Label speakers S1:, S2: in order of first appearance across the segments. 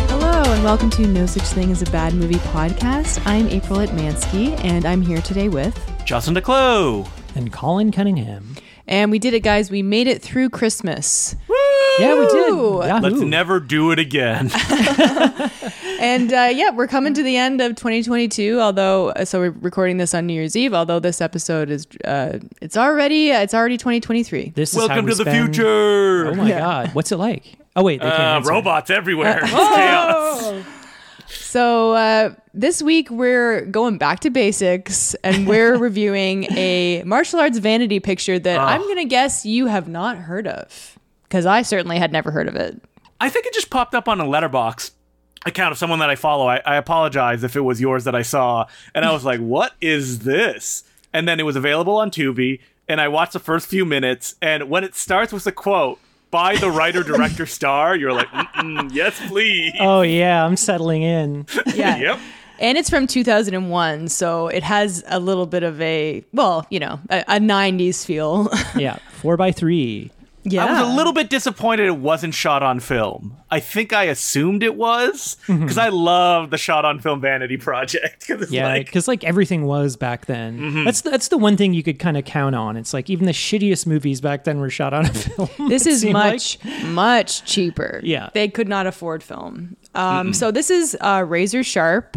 S1: and welcome to No Such Thing as a Bad Movie podcast. I'm April Atmansky, and I'm here today with.
S2: Justin DeClo.
S3: and Colin Cunningham.
S1: And we did it, guys. We made it through Christmas.
S3: Yeah, we did.
S1: Woo!
S3: Yahoo.
S2: Let's never do it again.
S1: And uh, yeah, we're coming to the end of 2022. Although, uh, so we're recording this on New Year's Eve. Although this episode is, uh, it's already, it's already 2023.
S3: This is how
S2: Welcome
S3: we
S2: to the
S3: spend-
S2: future.
S3: Oh my God, what's it like? Oh wait, they can't
S2: Uh,
S3: answer. Oh.
S2: robots everywhere. It's chaos.
S1: So uh, this week we're going back to basics, and we're reviewing a martial arts vanity picture that I'm gonna guess you have not heard of, because I certainly had never heard of it.
S2: I think it just popped up on a letterbox account of someone that I follow. I, I apologize if it was yours that I saw. And I was like, what is this? And then it was available on Tubi. And I watched the first few minutes. And when it starts with a quote by the writer director star, you're like, Mm-mm, yes, please.
S3: Oh yeah, I'm settling in.
S1: Yeah.
S2: Yep.
S1: And it's from 2001, so it has a little bit of a well, you know, a, a 90s feel.
S3: Yeah, four by three.
S1: yeah,
S2: I was a little bit disappointed it wasn't shot on film. I think I assumed it was
S1: Mm-hmm.
S2: because I love the shot on film vanity project. 'Cause it's
S3: Yeah,
S2: like, Mm-hmm.
S3: because like, everything was back then. That's the, that's the one thing you could kind of count on. It's like even the shittiest movies back then were shot on a film.
S1: This
S3: it
S1: is
S3: seemed like.
S1: much, much cheaper.
S3: Yeah.
S1: They could not afford film. Um, so this is uh, Razor Sharp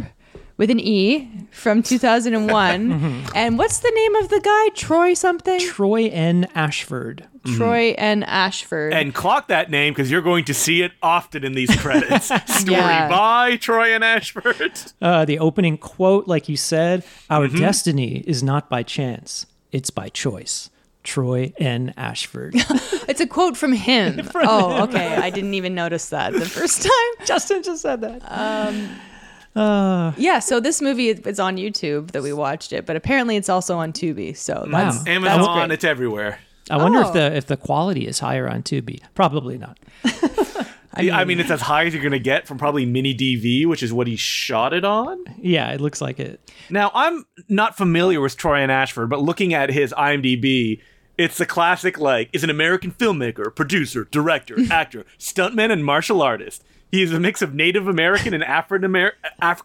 S1: with an E from 2001.
S3: Mm-hmm.
S1: And what's the name of the guy? Troy something?
S3: Troy N. Ashford.
S1: Troy and Ashford.
S2: and clock that name because you're going to see it often in these credits. Story
S1: Yeah.
S2: by Troy and Ashford.
S3: Uh, the opening quote, like you said, our
S2: Mm-hmm.
S3: destiny is not by chance; it's by choice. Troy N. Ashford.
S1: it's a quote from him. oh, okay. I didn't even notice that the first time.
S3: Justin just said that.
S1: Yeah, so this movie is on YouTube that we watched it, but apparently it's also on Tubi. So
S3: Wow.
S1: Oh, that's
S2: Amazon,
S1: great.
S2: it's everywhere.
S3: I wonder
S1: Oh.
S3: if the if the quality is higher on Tubi. Probably not.
S2: I mean, it's as high as you're going to get from probably Mini DV, which is what he shot it on.
S3: Yeah, it looks like it.
S2: Now, I'm not familiar with Troy and Ashford, but looking at his IMDb, it's the classic like is an American filmmaker, producer, director, actor, stuntman, and martial artist. He is a mix of Native American and African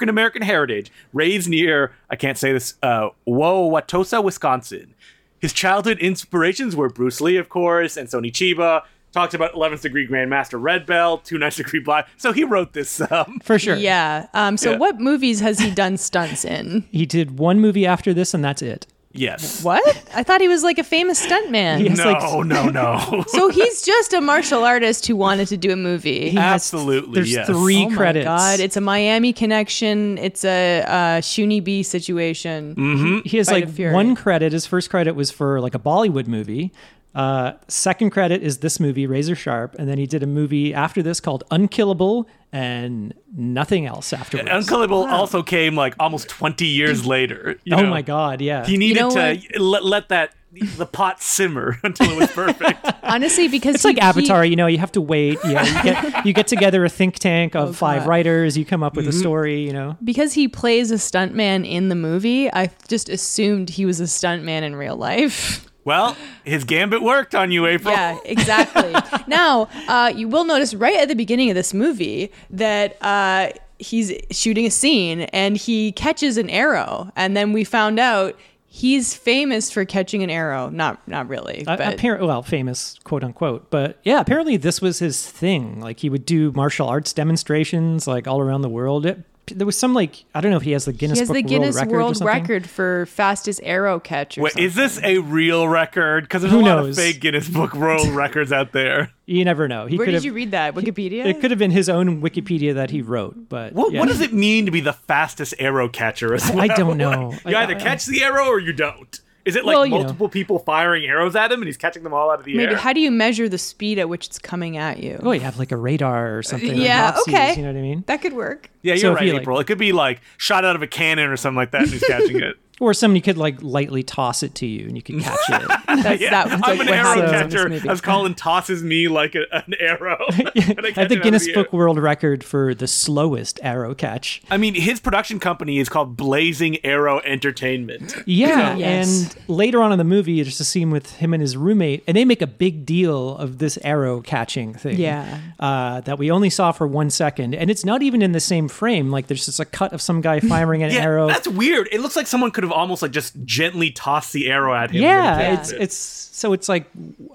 S2: American heritage, raised near I can't say this, uh, Wauwatosa, Wisconsin. His childhood inspirations were Bruce Lee, of course, and Sony Chiba. Talks about 11th degree Grandmaster Red Belt, 2 degree Black. So he wrote this. Um,
S3: For sure.
S1: Yeah. Um, so
S2: Yeah.
S1: what movies has he done stunts in?
S3: He did one movie after this and that's it.
S2: yes.
S1: What? I thought he was like a famous stuntman.
S3: Yes. It's like-
S2: No, no, no.
S1: So he's just a martial artist who wanted to do a movie.
S3: He has-
S2: Absolutely,
S3: There's
S2: yes.
S3: three
S1: Oh
S3: credits.
S1: my god! It's a Miami connection. It's a uh, Shuni B situation.
S3: he has
S1: Fight
S3: like
S1: of Fury.
S3: one credit. His first credit was for like a Bollywood movie. Uh, second credit is this movie, Razor Sharp, and then he did a movie after this called Unkillable and nothing else afterwards.
S2: Unkillable also came like almost 20 years later. you
S3: oh
S2: know.
S3: my god, yeah.
S2: He needed
S1: know
S2: to let, let that the pot simmer until it was perfect.
S1: Honestly, because
S3: it's like Avatar, you know, you have to wait. Yeah, you get you get together a think tank of
S1: Oh,
S3: five
S1: God.
S3: writers, you come up with a
S2: Mm-hmm.
S3: story, you know.
S1: because he plays a stuntman in the movie. I just assumed he was a stuntman in real life.
S2: well, his gambit worked on you, April.
S1: Yeah,
S3: Oh.
S1: exactly. now, uh, you will notice right at the beginning of this movie that uh, he's shooting a scene and he catches an arrow, and then we found out he's famous for catching an arrow. Not, not really,
S3: Uh,
S1: but
S3: apparent, well, famous, quote unquote. But yeah, apparently this was his thing. Like he would do martial arts demonstrations like all around the world. It, there was some like I don't know if he has the Guinness
S1: he has
S3: Book
S1: the Guinness
S3: World Record. or
S1: World
S3: something.
S1: Record for fastest arrow catch. Or
S2: Wait,
S1: something.
S2: is this a real record? Because there's
S3: Who
S2: a lot
S3: knows?
S2: of fake Guinness Book World records out there.
S3: You never know. He
S1: Where
S3: could
S1: did
S3: have,
S1: you read that? Wikipedia.
S3: It could have been his own Wikipedia that he wrote. But
S2: What,
S3: yeah.
S2: what does it mean to be the fastest arrow catcher? As well?
S3: I don't know.
S2: you
S3: I-
S2: either catch the arrow or you don't. Is it like
S3: Well, you know.
S2: multiple people firing arrows at him and he's catching them all out of the
S1: Maybe.
S2: air?
S1: How do you measure the speed at which it's coming at you?
S3: Oh, you have like a radar or something. like
S1: Yeah,
S3: Nazis,
S1: okay.
S3: You know what I mean?
S1: That could work.
S2: yeah,
S3: so
S2: you're
S3: if
S2: right,
S3: you, like-
S2: April. It could be like shot out of a cannon or something like that and he's catching it.
S3: or somebody could like lightly toss it to you and you could catch it.
S1: That's
S2: Yeah,
S1: that was
S2: I'm
S1: like
S2: an
S1: what happens
S2: arrow
S1: in this
S2: catcher.
S1: movie.
S2: As Colin tosses me like a, an arrow. and catch
S3: I
S2: it out
S3: think
S2: of
S3: Guinness
S2: the air.
S3: Book World Record for the slowest arrow catch.
S2: I mean, his production company is called Blazing Arrow Entertainment.
S3: Yeah,
S1: Yes.
S3: and later on in the movie, there's a scene with him and his roommate, and they make a big deal of this arrow catching thing.
S1: Yeah.
S3: uh, that we only saw for one second, and it's not even in the same frame. Like there's just a cut of some guy firing an
S2: Yeah,
S3: arrow.
S2: that's weird. It looks like someone could have almost like just gently tossed the arrow at him.
S3: yeah,
S2: and
S3: it's
S2: catch it.
S3: it's so it's like,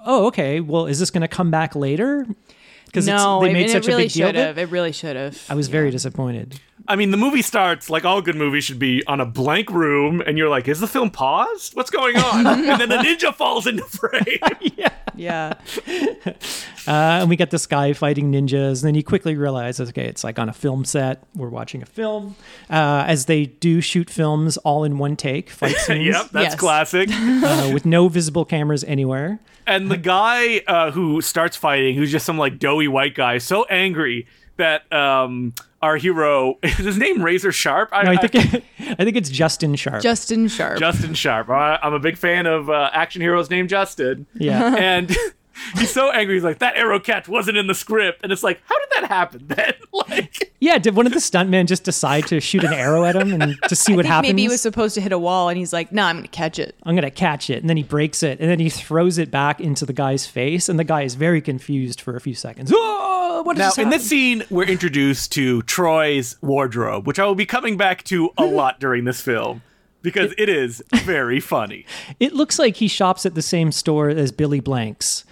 S3: oh okay, well is this going to come back later? Because
S1: no,
S3: they
S1: I
S3: made
S1: mean,
S3: such
S1: it really
S3: a big deal.
S1: should
S3: of it.
S1: have. It really should have.
S3: I was very disappointed.
S2: I mean, the movie starts like all good movies should be on a blank room, and you're like, "Is the film paused? What's going on?" and then the ninja falls into frame.
S1: Yeah.
S3: Uh, and we get this guy fighting ninjas. And then you quickly realize, okay, it's like on a film set. We're watching a film. Uh, as they do shoot films all in one take, fight scenes
S2: yep, that's
S1: Yes.
S2: classic.
S3: uh, with no visible cameras anywhere.
S2: And the guy uh, who starts fighting, who's just some like doughy white guy, so angry that um, our hero is his name Razor Sharp.
S3: No, I think I think it's Justin Sharp.
S1: Justin Sharp.
S2: Justin Sharp. I, I'm a big fan of uh, action heroes named Justin.
S3: yeah.
S2: and he's so angry. He's like, "That arrow catch wasn't in the script," and it's like, "How did that happen then?" like,
S3: Yeah, did one of the stuntmen just decide to shoot an arrow at him and to see
S1: I
S3: what
S1: think
S3: happens?
S1: maybe he was supposed to hit a wall and he's like, no, I'm going to catch it.
S3: I'm gonna catch it, and then he breaks it, and then he throws it back into the guy's face, and the guy is very confused for a few seconds. Oh, what is
S2: now
S3: this?
S2: in
S3: happen?"
S2: this scene, we're introduced to Troy's wardrobe, which I will be coming back to a lot during this film because it is very funny.
S3: It looks like he shops at the same store as Billy Blanks.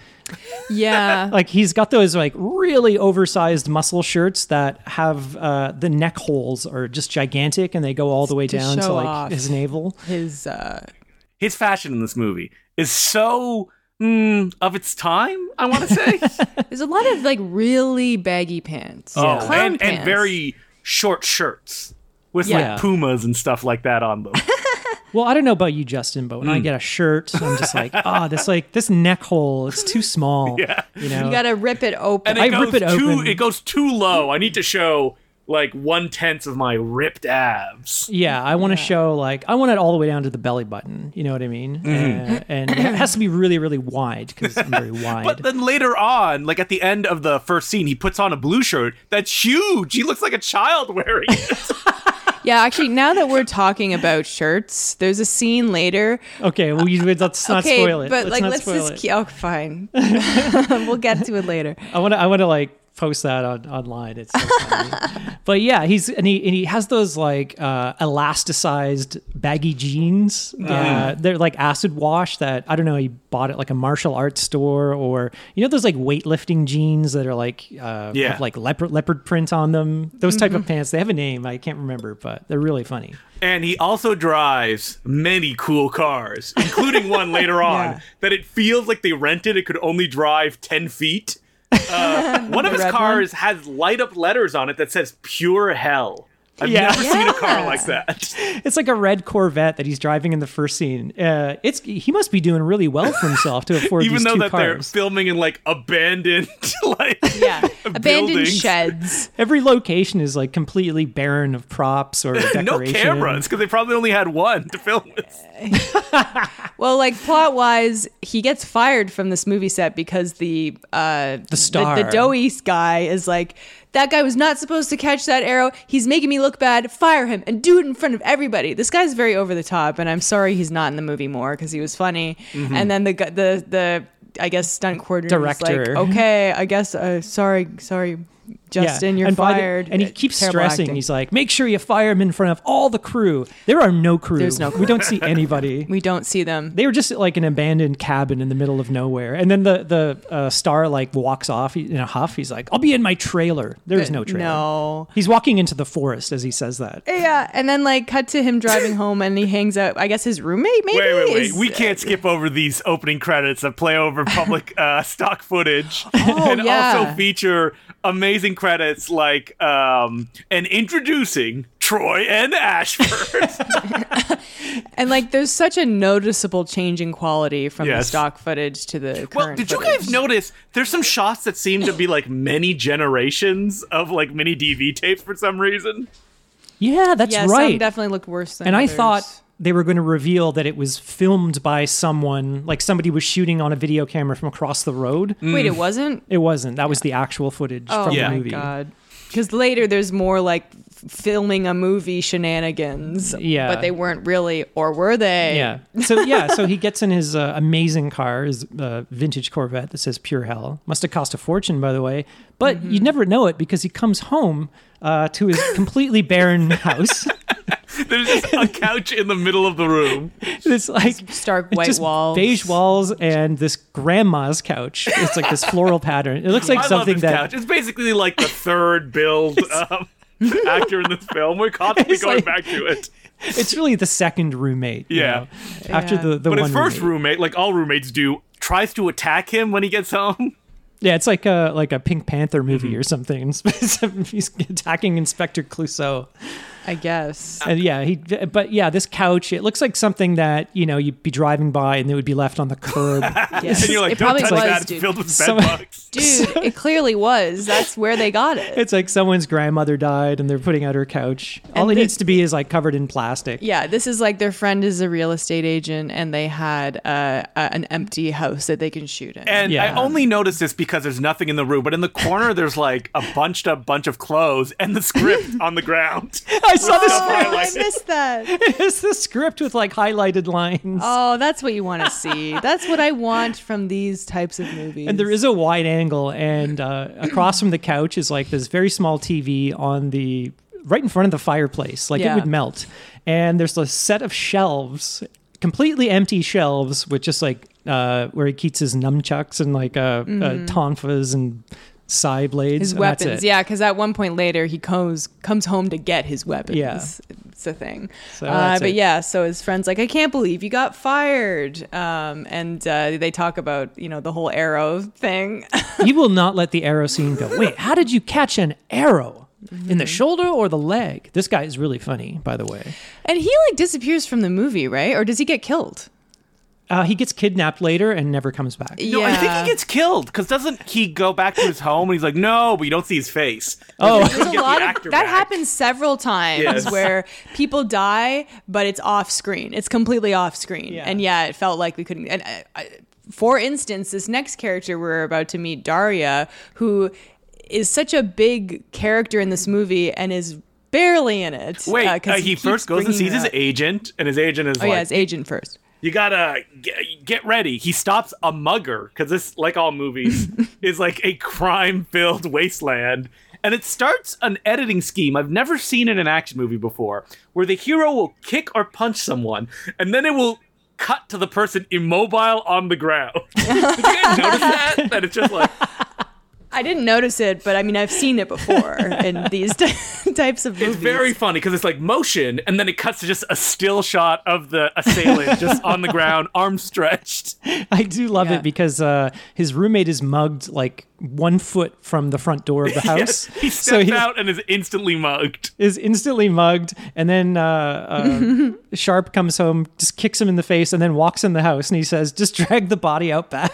S1: Yeah.
S3: Like he's got those like really oversized muscle shirts that have uh, the neck holes are just gigantic and they go all the way
S1: To
S3: down to
S1: show
S3: like
S1: off.
S3: his navel.
S1: His, uh,
S2: His fashion in this movie is so mm, of its time.
S3: Oh,
S2: I want to say,
S1: there's a lot of like really baggy pants.
S2: oh,
S1: Clown
S2: and,
S1: pants.
S2: and very short shirts with
S1: Yeah.
S2: like pumas and stuff like that on them.
S3: Well, I don't know about you, Justin, but when I get a shirt, I'm just like, ah, this like this neck hole, it's too small. Yeah. You know.
S1: You got to rip it open.
S2: and it
S3: I
S2: goes
S3: rip it
S2: too
S3: open.
S2: it goes too low. I need to show like one tenth of my ripped abs.
S3: yeah, I want to show like I want it all the way down to the belly button. You know what I mean? Uh, and it has to be really, really wide because I'm very wide.
S2: But then later on, like at the end of the first scene, he puts on a blue shirt that's huge. He looks like a child wearing it.
S1: yeah, actually, now that we're talking about shirts, there's a scene later.
S3: okay, well, you, let's not
S1: okay,
S3: spoil it.
S1: but
S3: let's
S1: like,
S3: not
S1: let's
S3: spoil
S1: just
S3: it.
S1: keep. Oh, fine. we'll get to it later.
S3: I want to. I want to like post that on online. It's so funny. but yeah, he's and he and he has those like uh, elasticized baggy jeans.
S2: Mm.
S3: Uh, they're like acid wash that I don't know. He bought at like a martial arts store or you know those like weightlifting jeans that are like
S2: Yeah.
S3: uh,
S2: Mm-hmm.
S3: have like leopard leopard print on them. Those type of pants. They have a name. I can't remember, but they're really funny.
S2: and he also drives many cool cars, including one later on
S1: Yeah.
S2: that it feels like they rented. It could only drive ten feet. Uh, one of his
S1: red
S2: cars has light up letters on it that says "Pure Hell." I've
S3: Yeah.
S2: never seen a car
S1: Yeah.
S2: like that.
S3: It's like a red Corvette that he's driving in the first scene. Uh, it's he must be doing really well for himself to afford
S2: even
S3: these
S2: though
S3: two
S2: that they're
S3: cars.
S2: filming in like abandoned like
S1: Yeah. Abandoned
S2: buildings.
S1: sheds.
S3: Every location is like completely barren of props or decoration.
S2: no cameras because they probably only had one to film with.
S1: Well, like plot wise, he gets fired from this movie set because the uh, the
S3: star.
S1: the, doughy guy, is like that guy was not supposed to catch that arrow. He's making me look bad. Fire him and do it in front of everybody. This guy's very over the top, and I'm sorry he's not in the movie more because he was funny.
S3: Mm-hmm.
S1: And then the gu- the the I guess stunt coordinator was
S3: Director. Mm-hmm.
S1: like, okay, I guess uh, sorry, sorry, Justin, you're
S3: and by the-
S1: fired.
S3: and he
S1: Uh,
S3: keeps
S1: terrible
S3: stressing.
S1: acting.
S3: He's like, make sure you fire him in front of all the crew. There are no crew.
S1: There's no
S3: We
S1: crew.
S3: don't see anybody.
S1: we don't see them.
S3: they were just at, like an abandoned cabin in the middle of nowhere. And then the the uh, star like walks off in a huff. He's like, I'll be in my trailer. There is no trailer.
S1: No.
S3: He's walking into the forest as he says that.
S1: Yeah, and then like cut to him driving home, and he hangs out. I guess his roommate maybe.
S2: Wait, wait, wait!
S1: is-
S2: we can't skip over these opening credits that play over public uh, stock footage, and
S1: yeah.
S2: also feature amazing credits like um, and introducing Troy and Ashford.
S1: And like, there's such a noticeable change in quality from the
S2: Yes.
S1: stock footage to the current.
S2: well, did you
S1: footage.
S2: guys notice there's some shots that seem to be like many generations of like mini DV tapes for some reason?
S3: Yeah, that's
S1: Yeah,
S3: right.
S1: some definitely looked worse than.
S3: and I
S1: others.
S3: thought they were going to reveal that it was filmed by someone, like somebody was shooting on a video camera from across the road.
S1: Wait, it wasn't.
S3: It wasn't. That was the actual footage
S1: Mm. Oh
S3: mm, from
S2: Yeah.
S3: the
S1: my
S3: movie.
S1: god! Because later there's more like f- filming a movie shenanigans.
S3: Yeah.
S1: but they weren't really, or were they?
S3: Yeah. So yeah. So he gets in his uh, amazing car, his uh, vintage Corvette that says "Pure Hell." Must have cost a fortune, by the way. But
S1: Mm-hmm.
S3: you'd never know it because he comes home uh, to his completely barren house.
S2: There's just a couch in the middle of the room.
S3: It's like
S1: Stark
S3: it's
S1: white
S3: just
S1: walls.
S3: beige walls, and this grandma's couch. It's like this floral pattern. It looks like
S2: I love
S3: something
S2: this
S3: that
S2: couch. It's basically like the third build um, actor in this film. We're constantly
S3: It's
S2: going
S3: like-
S2: back to it.
S3: it's really the second roommate. you
S2: Yeah.
S3: know, after
S1: Yeah.
S3: the the
S2: But
S3: one
S2: his first
S3: roommate.
S2: roommate, like all roommates do, tries to attack him when he gets home.
S3: Yeah, it's like a like a Pink Panther movie
S2: Mm-hmm.
S3: or something. He's attacking Inspector Clouseau.
S1: I guess.
S3: and yeah, he. But yeah, this couch. It looks like something that you know you'd be driving by and it would be left on the curb.
S1: Yes.
S2: And you're like,
S1: it
S2: don't
S1: probably
S2: touch
S1: was,
S2: that. It's
S1: dude.
S2: filled with
S3: Some-
S2: bedbugs.
S1: Dude, it clearly was. That's where they got it.
S3: it's like someone's grandmother died and they're putting out her couch. All
S1: And
S3: it
S1: the-
S3: needs to be is like covered in plastic.
S1: Yeah, this is like their friend is a real estate agent, and they had uh, a, an empty house that they can shoot in.
S2: And
S3: Yeah.
S2: I only noticed this because there's nothing in the room, but in the corner there's like a bunched up bunch of clothes and the script on the ground.
S3: I saw this.
S1: oh, I
S2: highlighted.
S1: missed that.
S3: It's the script with like highlighted lines.
S1: Oh, that's what you want to see. That's what I want from these types of movies.
S3: And there is a wide angle, and uh, across from the couch is like this very small TV on the right in front of the fireplace, like it
S1: Yeah.
S3: would melt. And there's a set of shelves, completely empty shelves, with just like uh, where he keeps his nunchucks and like uh, uh, tonfas and side blades.
S1: Mm-hmm. his
S3: and that's
S1: weapons.
S3: it.
S1: Yeah, because at one point later he comes comes home to get his weapons.
S3: Yeah.
S1: it's a thing.
S3: So
S1: uh,
S3: that's
S1: but
S3: it.
S1: yeah, so his friends like, I can't believe you got fired. Um, and uh, they talk about you know the whole arrow thing.
S3: you will not let the arrow scene go. Wait, how did you catch an arrow? In
S1: Mm-hmm.
S3: the shoulder or the leg? This guy is really funny, by the way.
S1: and he like disappears from the movie, right? Or does he get killed?
S3: Uh, he gets kidnapped later and never comes back.
S2: No, I think he gets killed because doesn't he go back to his home and he's like, no, but you don't see his face.
S3: Oh,
S1: There's
S2: get
S1: a
S2: the
S1: lot
S2: actor
S1: of that
S2: back.
S1: happens several times
S2: Yes.
S1: where people die, but it's off screen. It's completely off screen,
S3: Yeah.
S1: and yeah, it felt like we couldn't. And I, I, for instance, this next character we're about to meet, Daria, who is such a big character in this movie and is barely in it.
S2: Wait,
S1: uh, 'cause
S2: uh, he,
S1: keeps
S2: first goes and
S1: bringing
S2: sees
S1: her
S2: his
S1: up.
S2: agent, and his agent is
S1: Oh
S2: like,
S1: yeah, his agent first.
S2: you gotta g- get ready. He stops a mugger because this, like all movies, is like a crime-filled wasteland, and it starts an editing scheme I've never seen in an action movie before, where the hero will kick or punch someone, and then it will cut to the person immobile on the ground. Did you guys notice that? That it's just like
S1: I didn't notice it, but I mean, I've seen it before in these types of movies.
S2: it's very funny because it's like motion, and then it cuts to just a still shot of the assailant just on the ground, arms stretched.
S3: I do love
S1: Yeah.
S3: it because uh, his roommate is mugged like one foot from the front door of the house.
S2: Yes, he steps
S3: so he
S2: out and is instantly mugged.
S3: is instantly mugged, and then uh, uh, Sharp comes home, just kicks him in the face, and then walks in the house, and he says, "Just drag the body out back."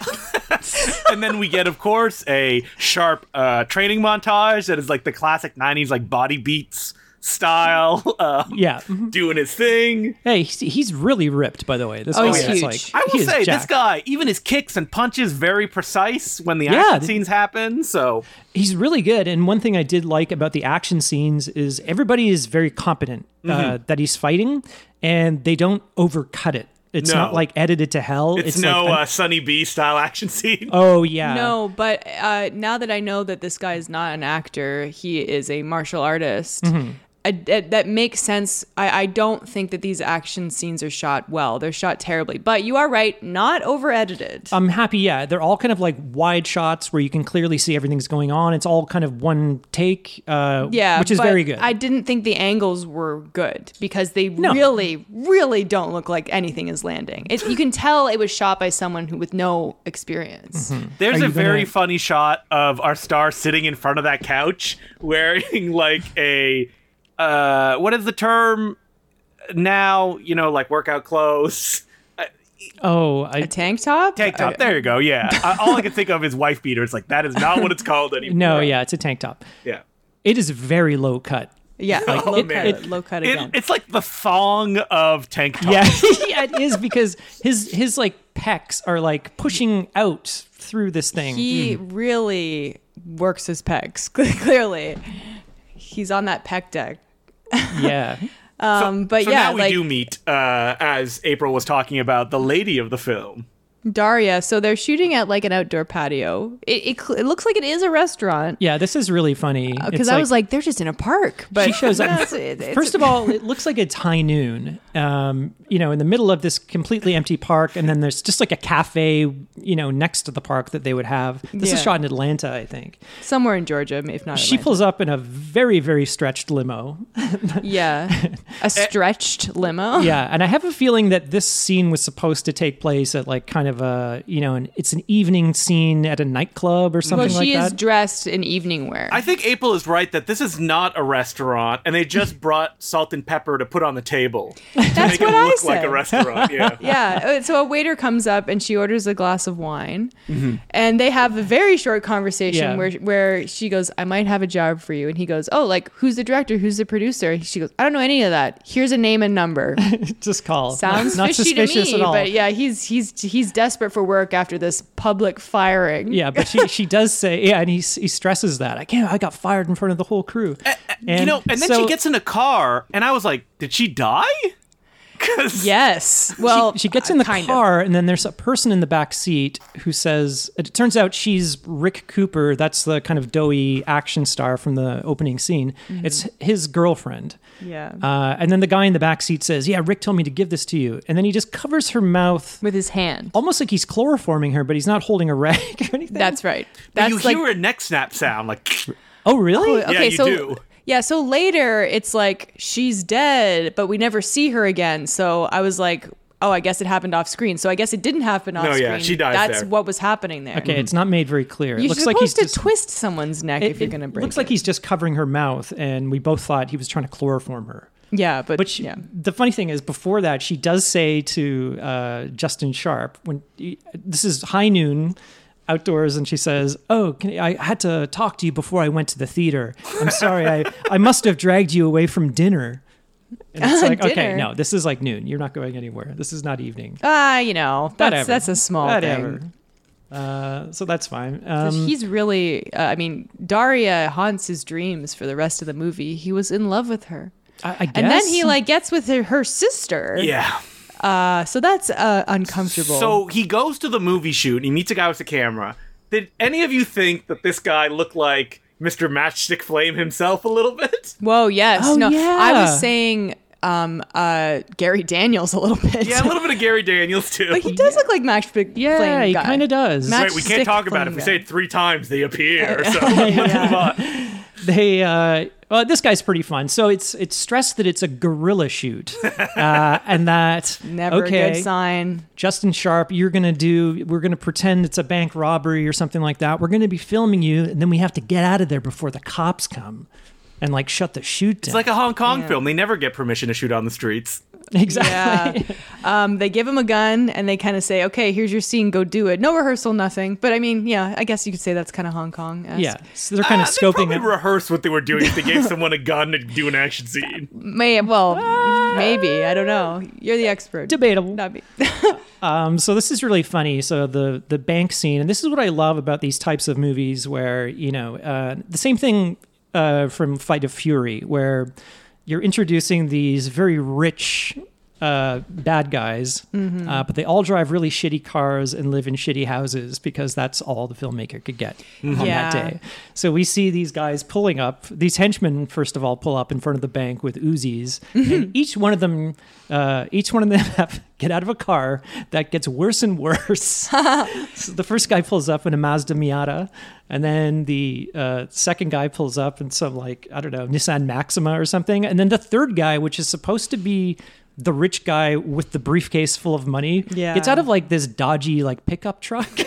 S2: and then we get, of course, a sharp uh, training montage that is like the classic '90s, like body beats style, um,
S3: yeah. mm-hmm.
S2: doing his thing.
S3: Hey, he's, he's really ripped, by the way. This
S1: Oh,
S3: guy
S1: he's
S3: is
S1: huge.
S3: like
S2: I
S3: he
S2: will
S3: is
S2: say, this
S3: jacked.
S2: guy, even his kicks and punches, very precise when the
S3: Yeah,
S2: action
S3: th-
S2: scenes happen. So
S3: he's really good. And one thing I did like about the action scenes is everybody is very competent uh,
S2: Mm-hmm.
S3: that he's fighting, and they don't overcut it. It's
S2: No.
S3: not like edited to hell.
S2: it's, no
S3: like,
S2: uh, Sunny B style action scene.
S3: Oh yeah.
S1: No, but uh, now that I know that this guy is not an actor, he is a martial artist.
S3: Mm-hmm.
S1: I- that, that makes sense. I, I don't think that these action scenes are shot well. They're shot terribly. But you are right, not over edited.
S3: I'm happy, yeah. They're all kind of like wide shots where you can clearly see everything's going on. It's all kind of one take, uh,
S1: yeah,
S3: which is
S1: but
S3: very good.
S1: I didn't think the angles were good because they really, really don't look like anything is landing. It, you can tell it was shot by someone who with no experience.
S2: There's
S3: you
S2: a very
S3: gonna-
S2: funny shot of our star sitting in front of that couch wearing like a uh what is the term now, you know, like workout clothes.
S3: oh, I,
S1: A tank top.
S2: Tank top. There you go. Yeah. I, all I can think of is wife beater. It's like that is not what it's called anymore.
S3: no, yeah, it's a tank top.
S2: Yeah.
S3: It is very low cut.
S1: Yeah, like low, cut,
S2: man.
S1: low cut
S2: It-
S1: again.
S2: it's like the thong of tank top.
S3: Yeah, yeah, it is because his his like pecs are like pushing out through this thing.
S1: he really works his pecs. Clearly, he's on that pec deck.
S3: yeah,
S1: Um, but
S2: so
S1: yeah,
S2: now we
S1: like
S2: do meet, uh, as April was talking about, the lady of the film.
S1: Daria. So they're shooting at like an outdoor patio. It it, cl- it looks like it is a restaurant.
S3: yeah. This is really funny
S1: Because
S3: It's
S1: I was like, they're just in a park. But
S3: She shows up-
S1: No, it's- it- it's-
S3: First of all, it looks like it's high noon. Um, you know, in the middle of this completely empty park, and then there's just like a cafe, you know, next to the park that they would have. This
S1: Yeah.
S3: is shot in Atlanta, I think.
S1: somewhere in Georgia, if not,
S3: She
S1: Atlanta.
S3: pulls up in a very, very stretched limo.
S1: yeah, a stretched limo.
S3: yeah, and I have a feeling that this scene was supposed to take place at like kind of a, you know, an, it's an evening scene at a nightclub or
S1: Well,
S3: something
S1: she
S3: like
S1: is
S3: that.
S1: dressed in evening wear.
S2: I think April is right that this is not a restaurant, and they just brought salt and pepper to put on the table to
S1: what
S2: make it
S1: I
S2: look like
S1: said.
S2: a restaurant. Yeah.
S1: yeah. uh, So a waiter comes up and she orders a glass of wine, and they have a very short conversation
S3: Mm-hmm. Yeah.
S1: where where she goes, "I might have a job for you," and he goes, "Oh, like who's the director? Who's the producer?" And she goes, "I don't know any of that. Here's a name and number."
S3: just call.
S1: Sounds
S3: not,
S1: fishy to
S3: suspicious
S1: me,
S3: at all.
S1: but yeah, he's he's he's desperate for work after this public firing.
S3: Yeah, but she she does say yeah, and he he stresses that I can't. I got fired in front of the whole crew.
S1: Uh,
S2: you know, and then
S3: so
S2: she gets in a car, and I was like, did she die? Because
S1: Yes. Well,
S3: she, she gets in the
S1: uh, kind of.
S3: car, and then there's a person in the back seat who says, "It turns out she's Rick Cooper. That's the kind of doughy action star from the opening scene. It's his girlfriend."
S1: Mm-hmm. Yeah.
S3: Uh, and then the guy in the back seat says, "Yeah, Rick told me to give this to you." And then he just covers her mouth,
S1: With his hand.
S3: almost like he's chloroforming her, but he's not holding a rag or anything.
S1: That's right. That's
S2: you
S1: like
S2: hear a neck snap sound, like,
S3: oh, really?
S2: Yeah,
S1: okay,
S2: you
S1: so
S2: do.
S1: yeah, so later it's like she's dead, but we never see her again. So I was like, oh, I guess it happened off screen. So I guess it didn't happen off
S2: No,
S1: screen.
S2: yeah, she dies
S1: That's
S2: there.
S1: what was happening there.
S3: Okay, it's not made very clear.
S1: You're
S3: it looks
S1: supposed
S3: like he's
S1: to
S3: just
S1: twist someone's neck if you're
S3: It
S1: gonna break.
S3: looks like
S1: it.
S3: he's just covering her mouth, and we both thought he was trying to chloroform her.
S1: yeah, but,
S3: But she,
S1: yeah,
S3: the funny thing is, before that, she does say to uh, Justin Sharp, "When this is high noon, outdoors," and she says, "Oh, can, I had to talk to you before I went to the theater. I'm sorry, I, I must have dragged you away from dinner." And it's like, okay,
S1: Dinner?
S3: no, this is like noon. You're not going anywhere. This is not evening.
S1: ah, you know, that's
S3: Whatever.
S1: that's a small
S3: Whatever.
S1: thing.
S3: Uh, so that's fine.
S1: But
S3: Um,
S1: he's really, uh, I mean, Daria haunts his dreams for the rest of the movie. He was in love with her,
S3: I, I guess.
S1: and then he like gets with her, her sister.
S2: yeah.
S1: Uh, so that's uh, uncomfortable.
S2: So he goes to the movie shoot and he meets a guy with a camera. Did any of you think that this guy looked like Mr. Matchstick Flame himself a little bit?
S1: Whoa, yes.
S3: Oh,
S1: no, I
S3: yeah.
S1: was saying um, uh, Gary Daniels a little bit.
S2: Yeah, a little bit of Gary Daniels too.
S1: but he does look like Max Big
S3: yeah, he kind of does.
S1: Matt-
S2: Wait, we can't
S1: Matchstick
S2: talk about
S1: Flame
S2: it. If we
S1: guy.
S2: say it three times, they appear. So let's move on.
S3: they uh well, this guy's pretty fun. So it's it's stressed that it's a gorilla shoot, uh, and that
S1: Never
S3: okay,
S1: a good sign.
S3: Justin Sharp, you're gonna do. We're gonna pretend it's a bank robbery or something like that. We're gonna be filming you, and then we have to get out of there before the cops come, and like shut the shoot down.
S2: It's like a Hong Kong film. They never get permission to shoot on the streets.
S3: exactly.
S1: Yeah. um, they give him a gun and they kind of say, okay, here's your scene, go do it. No rehearsal, nothing. But I mean, yeah, I guess you could say that's kind of Hong Kong.
S3: Yeah, so they're kind of
S2: Ah, they
S3: scoping
S2: probably
S3: it.
S2: rehearsed what they were doing if they gave someone a gun to do an action scene.
S1: May, well,
S3: Ah.
S1: maybe. I don't know. You're the expert.
S3: Debatable.
S1: Not me.
S3: Um, so this is really funny. So the the bank scene, and this is what I love about these types of movies, where you know uh, the same thing uh, from Fight of Fury, where you're introducing these very rich uh, bad guys, uh, but they all drive really shitty cars and live in shitty houses because that's all the filmmaker could get on
S1: Yeah.
S3: that day. So we see these guys pulling up. These henchmen, first of all, pull up in front of the bank with Uzis,
S1: Mm-hmm.
S3: and each one of them, uh, each one of them have, get out of a car that gets worse and worse. So the first guy pulls up in a Mazda Miata, and then the uh, second guy pulls up in some like I don't know Nissan Maxima or something, and then the third guy, which is supposed to be the rich guy with the briefcase full of money,
S1: Yeah.
S3: gets out of like this dodgy like pickup truck.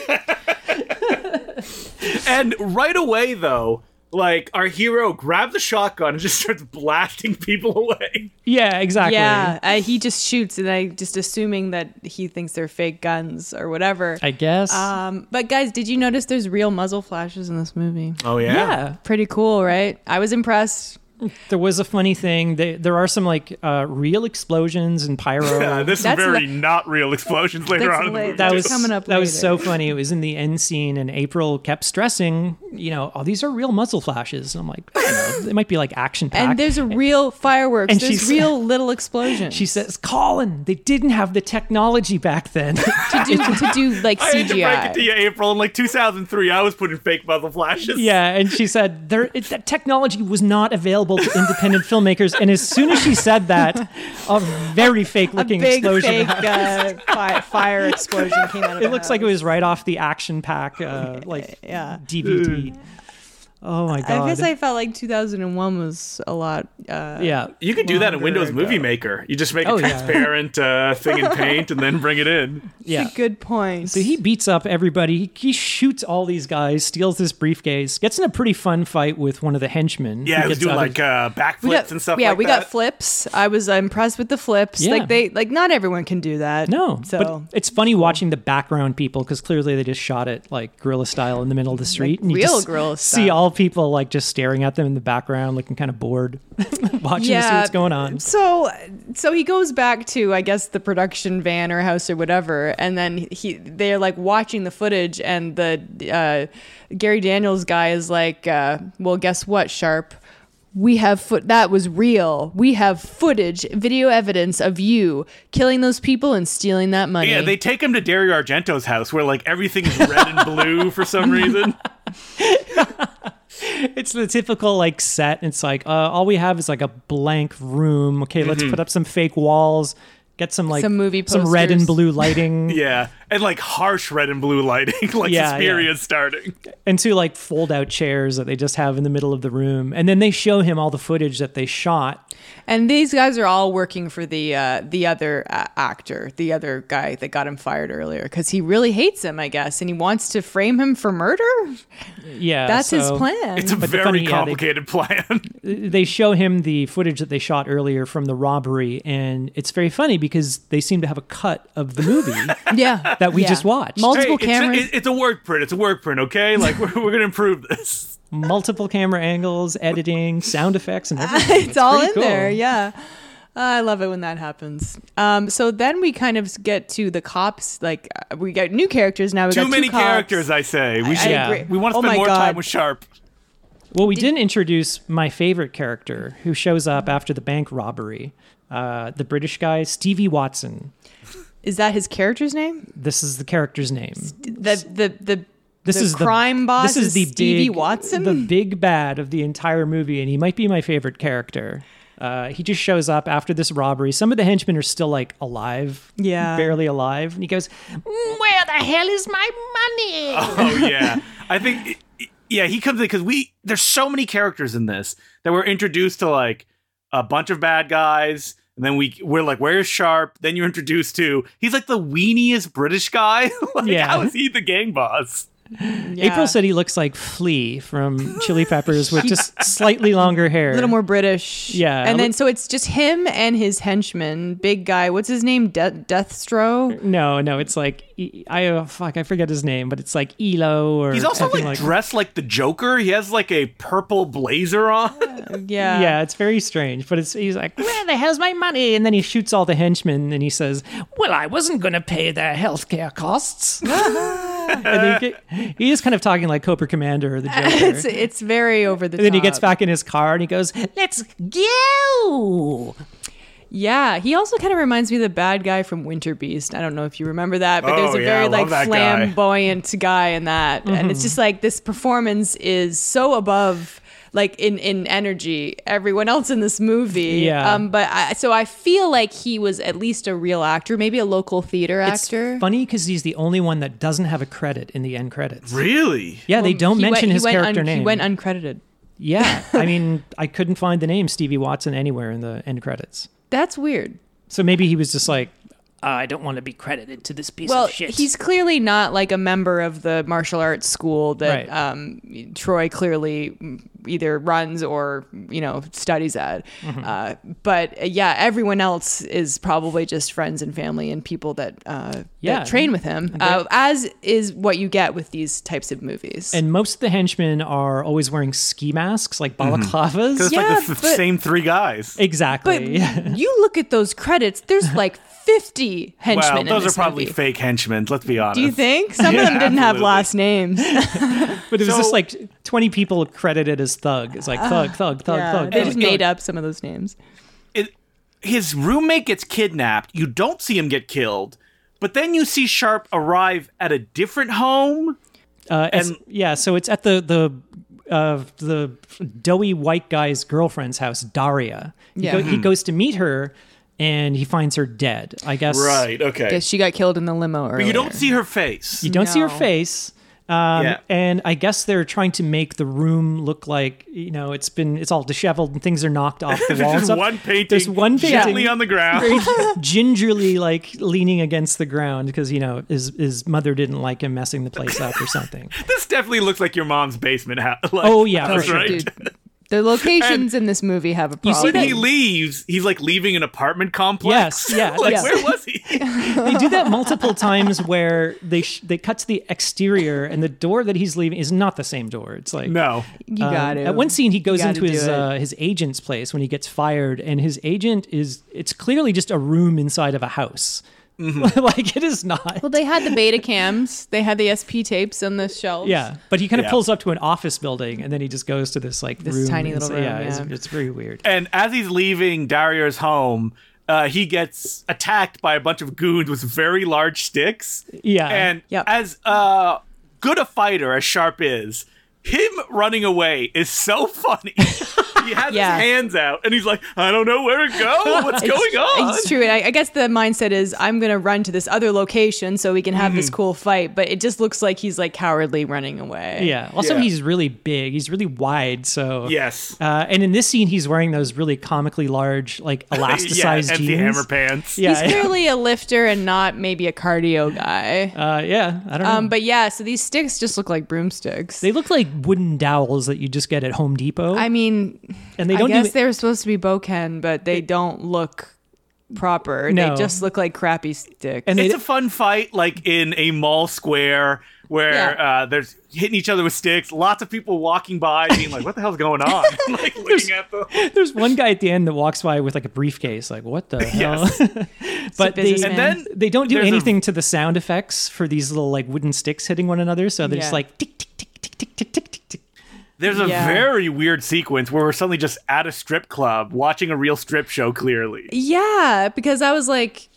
S2: And right away, though, like our hero grabs the shotgun and just starts blasting people away.
S3: yeah, exactly.
S1: Yeah, uh, he just shoots, and I just assuming that he thinks they're fake guns or whatever.
S3: I guess.
S1: Um, but guys, did you notice there's real muzzle flashes in this movie?
S2: Oh
S3: yeah.
S1: Pretty cool, right? I was impressed.
S3: There was a funny thing. They, there are some like uh, real explosions and pyro.
S2: Uh, this is
S1: That's
S2: very
S1: la-
S2: not real explosions later
S1: That's
S2: on in the
S1: la-
S2: movie.
S3: that
S1: It's
S3: was
S1: coming up
S3: That was
S1: later.
S3: so funny. It was in the end scene, and April kept stressing, you know, oh, these are real muzzle flashes, and I'm like, I don't know, they might be like action packed.
S1: And there's a real fireworks.
S3: And
S1: there's
S3: she's-
S1: real little explosions.
S3: she says, Colin, they didn't have the technology back then.
S1: to do to do like
S2: I had to break it to
S1: CGI.
S2: you, April. In like 2003, I was putting fake muzzle flashes.
S3: yeah, and she said there it, that technology was not available to independent filmmakers. And as soon as she said that, a very fake
S1: A
S3: looking
S1: big
S3: explosion.
S1: fake uh, fi- fire explosion came out of
S3: It looks like it was right off the action pack, uh, like
S1: Yeah.
S3: DVD. Oh my god!
S1: I guess I felt like 2001 was a lot. Uh,
S3: yeah.
S2: You could do that in
S1: Longer
S2: Windows
S1: ago.
S2: Movie Maker. You just make
S3: Oh,
S2: a
S3: yeah.
S2: transparent uh, thing in paint and then bring it in.
S3: Yeah.
S1: It's a good point.
S3: So he beats up everybody. He, he shoots all these guys, steals this briefcase, gets in a pretty fun fight with one of the henchmen.
S2: Yeah,
S3: who
S2: it was
S3: gets
S2: doing
S3: out of-
S2: like uh, backflips
S1: we got,
S2: and stuff
S1: Yeah,
S2: like
S1: we
S2: that.
S1: got flips. I was uh, impressed with the flips.
S3: Yeah.
S1: Like they like not everyone can do that.
S3: no,
S1: So
S3: but it's funny watching the background people because clearly they just shot it like guerrilla style in the middle of the street. and you
S1: real
S3: just
S1: guerrilla
S3: See
S1: style.
S3: all people like just staring at them in the background, looking kind of bored, watching to see what's going on.
S1: So so he goes back to I guess the production van or house or whatever, and then he they're like watching the footage, and the uh, Gary Daniels guy is like, uh, well, guess what, Sharp. We have foot that was real. We have footage, video evidence of you killing those people and stealing that money.
S2: Yeah, they take him to Dario Argento's house where like everything's red and blue for some reason.
S3: It's the typical like set. It's like uh, all we have is like a blank room. Okay, let's put up some fake walls, get some like
S1: Some movie
S3: some red and
S1: posters.
S3: blue lighting.
S2: Yeah, and like harsh red and blue lighting, like
S3: Yeah,
S2: Suspiria's starting.
S3: and two like fold out chairs that they just have in the middle of the room and then they show him all the footage that they shot
S1: And these guys are all working for the uh, the other uh, actor, the other guy that got him fired earlier, because he really hates him, I guess, and he wants to frame him for murder.
S3: yeah
S1: That's his
S3: so
S1: plan.
S2: It's a
S3: But the
S2: very
S3: funny- yeah, they-
S2: complicated plan.
S3: they show him the footage that they shot earlier from the robbery and it's very funny because they seem to have a cut of the movie
S1: yeah,
S3: that we just watched
S1: Multiple
S2: Hey,
S1: cameras.
S2: It's a, it's a work print. It's a work print. Okay, like we're, we're gonna improve this.
S3: multiple camera angles editing sound effects and everything
S1: it's, all
S3: pretty
S1: in there.
S3: cool.
S1: Yeah. Uh, I love it when that happens. Um, so then we kind of get to the cops. Like uh, we got new characters now. We
S2: Too
S1: got
S2: many
S1: two cops.
S2: characters, I say. We should.
S3: Yeah.
S1: agree.
S2: We want to
S1: Oh
S2: spend
S1: my
S2: more
S1: God.
S2: time with Sharp.
S3: well we did, not introduce my favorite character who shows up after the bank robbery uh, the british guy stevie watson
S1: Is that his character's name?
S3: this is the character's name
S1: The the the.
S3: this
S1: the
S3: is the-
S1: crime boss.
S3: This is, the
S1: Stevie
S3: big,
S1: Watson.
S3: the big bad of the entire movie, and he might be my favorite character. Uh, he just shows up after this robbery. Some of the henchmen are still like alive,
S1: Yeah.
S3: barely alive, and he goes, "Mm, "Where the hell is my money?"
S2: Oh yeah, I think yeah he comes in because we there's so many characters in this that we're introduced to like a bunch of bad guys. And then we we're like, where's Sharp? Then you're introduced to he's like the weeniest British guy. like,
S3: Yeah.
S2: how is he the gang boss?
S1: Yeah.
S3: April said he looks like Flea from Chili Peppers with just slightly longer hair.
S1: a little more British.
S3: Yeah.
S1: And then so it's just him and his henchman, big guy. What's his name? De- Deathstroke.
S3: No, no, it's like E- I oh, fuck, I forget his name, but it's like Elo or
S2: He's also
S3: something
S2: like,
S3: like
S2: dressed like the Joker. He has like a purple blazer on.
S1: Yeah.
S3: yeah, it's very strange, but it's he's like, where the hell's my money? And then he shoots all the henchmen and he says, well, I wasn't going to pay their healthcare costs. and then he, get- he is kind of talking like Cobra Commander or the Joker.
S1: It's it's very over the
S3: and then
S1: top.
S3: he gets back in his car and he goes, let's go.
S1: Yeah, he also kind of reminds me of the bad guy from Winter Beast. I don't know if you remember that, but there's
S2: Oh,
S1: a
S2: yeah, I
S1: very
S2: love
S1: like
S2: that guy.
S1: flamboyant guy. in that, and
S3: Mm-hmm.
S1: it's just like this performance is so above like in in energy everyone else in this movie.
S3: Yeah.
S1: Um. But I, so I feel like he was at least a real actor, maybe a local theater
S3: It's
S1: actor.
S3: funny because he's the only one that doesn't have a credit in the end credits.
S2: Really?
S3: Yeah, they don't
S1: He
S3: mention
S1: went- he
S3: his
S1: went
S3: character
S1: un-
S3: name.
S1: He went uncredited.
S3: yeah, I mean, I couldn't find the name Stevie Watson anywhere in the end credits.
S1: That's weird.
S3: So maybe he was just like, "Ah,
S4: I don't want to be credited to this piece
S1: Well,
S4: of shit.
S1: he's clearly not like a member of the martial arts school that
S3: Right.
S1: um, Troy clearly mm, either runs or you know studies at. Uh, but uh, yeah, everyone else is probably just friends and family and people that uh,
S3: Yeah.
S1: that train with him. Uh, as is what you get with these types of movies.
S3: And most of the henchmen are always wearing ski masks, like
S2: Mm-hmm.
S3: balaclavas.
S2: It's
S1: Yeah,
S2: like the f-
S1: but-
S2: same three guys.
S3: Exactly.
S1: but you look at those credits. There's like 50 henchmen.
S2: Wow,
S1: in
S2: those are
S1: this
S2: probably
S1: movie.
S2: fake henchmen. Let's be honest.
S1: Do you think some
S2: Yeah,
S1: of them didn't have
S2: absolutely.
S1: last names?
S3: But it was
S2: So-
S3: just like 20 people credited as thug. It's like thug, thug, thug, thug.
S1: they
S3: thug.
S1: just made up some of those names.
S2: it, his roommate gets kidnapped. You don't see him get killed, but then you see Sharp arrive at a different home.
S3: Uh, it's-
S2: and-
S3: yeah, so it's at the the uh, the doughy white guy's girlfriend's house, Daria. He,
S1: Yeah.
S3: he
S2: Hmm.
S3: goes to meet her, and he finds her dead. I guess
S2: Okay.
S1: Guess she got killed in the limo earlier.
S2: But you don't see her face.
S3: you don't see her
S1: No.
S3: face. Um,
S2: Yeah.
S3: And I guess they're trying to make the room look like you know it's been it's all disheveled and things are knocked off the walls.
S2: There's
S3: up.
S2: one painting.
S3: There's one painting.
S2: gently on the ground.
S3: very gingerly like leaning against the ground because you know his his mother didn't like him messing the place up or something.
S2: this definitely looks like your mom's basement house. Like,
S3: Oh, yeah, for
S2: that's
S3: sure.
S2: right.
S1: Dude, the locations in this movie have a problem.
S3: see
S2: When
S3: that-
S2: he leaves, he's like leaving an apartment complex.
S3: Yes, yeah,
S2: like
S3: yes.
S2: where was he?
S3: they do that multiple times where they sh- they cut to the exterior and the door that he's leaving is not the same door. It's like
S2: No.
S1: you got it.
S3: Um, At one scene, he goes
S1: gotta
S3: into his
S1: do it.
S3: uh, his agent's place when he gets fired, and his agent is it's clearly just a room inside of a house.
S2: Mm-hmm.
S3: like it is not.
S1: Well, they had the beta cams. They had the SP tapes on the shelves.
S3: Yeah, but he kind of
S2: Yeah.
S3: pulls up to an office building, and then he just goes to this like
S1: This
S3: room
S1: tiny
S3: and
S1: little
S3: so-
S1: room,
S3: Yeah, It's,
S1: yeah.
S3: it's very weird.
S2: And as he's leaving Darier's home, uh, he gets attacked by a bunch of goons with very large sticks.
S3: Yeah.
S2: And
S1: Yep.
S2: as uh, good a fighter as Sharp is, him running away is so funny. he has
S1: Yeah.
S2: his hands out and he's like, I don't know where to go. What's going on?
S1: It's true. And I, I guess the mindset is I'm going to run to this other location so we can have
S3: Mm-hmm.
S1: this cool fight. But it just looks like he's like cowardly running away.
S3: Yeah. Also,
S2: Yeah.
S3: he's really big. He's really wide. So
S2: Yes.
S3: Uh, and in this scene, he's wearing those really comically large, like
S2: yeah,
S3: elasticized
S2: empty
S3: jeans.
S2: hammer pants.
S3: Yeah.
S1: He's clearly a lifter and not maybe a cardio guy.
S3: Uh, yeah. I don't know.
S1: Um, but yeah, so these sticks just look like broomsticks.
S3: they look like wooden dowels that you just get at Home Depot,
S1: I mean,
S3: and they don't
S1: I guess
S3: do
S1: they were supposed to be boken, but they don't look proper.
S3: No.
S1: They just look like crappy sticks.
S3: And they-
S2: It's a fun fight, like in a mall square where
S1: Yeah.
S2: uh, there's hitting each other with sticks. Lots of people walking by, being like, "What the hell's going on?" like looking at them.
S3: There's one guy at the end that walks by with like a briefcase. Like, what the hell?
S2: Yes.
S3: but they,
S1: businessman.
S2: And then
S3: they don't do
S2: there's a-
S3: anything to the sound effects for these little like wooden sticks hitting one another. So they're just
S1: Yeah.
S3: like tick tick tick tick tick tick tick tick tick.
S2: There's a
S1: Yeah.
S2: very weird sequence where we're suddenly just at a strip club watching a real strip show. Clearly,
S1: yeah, because I was like,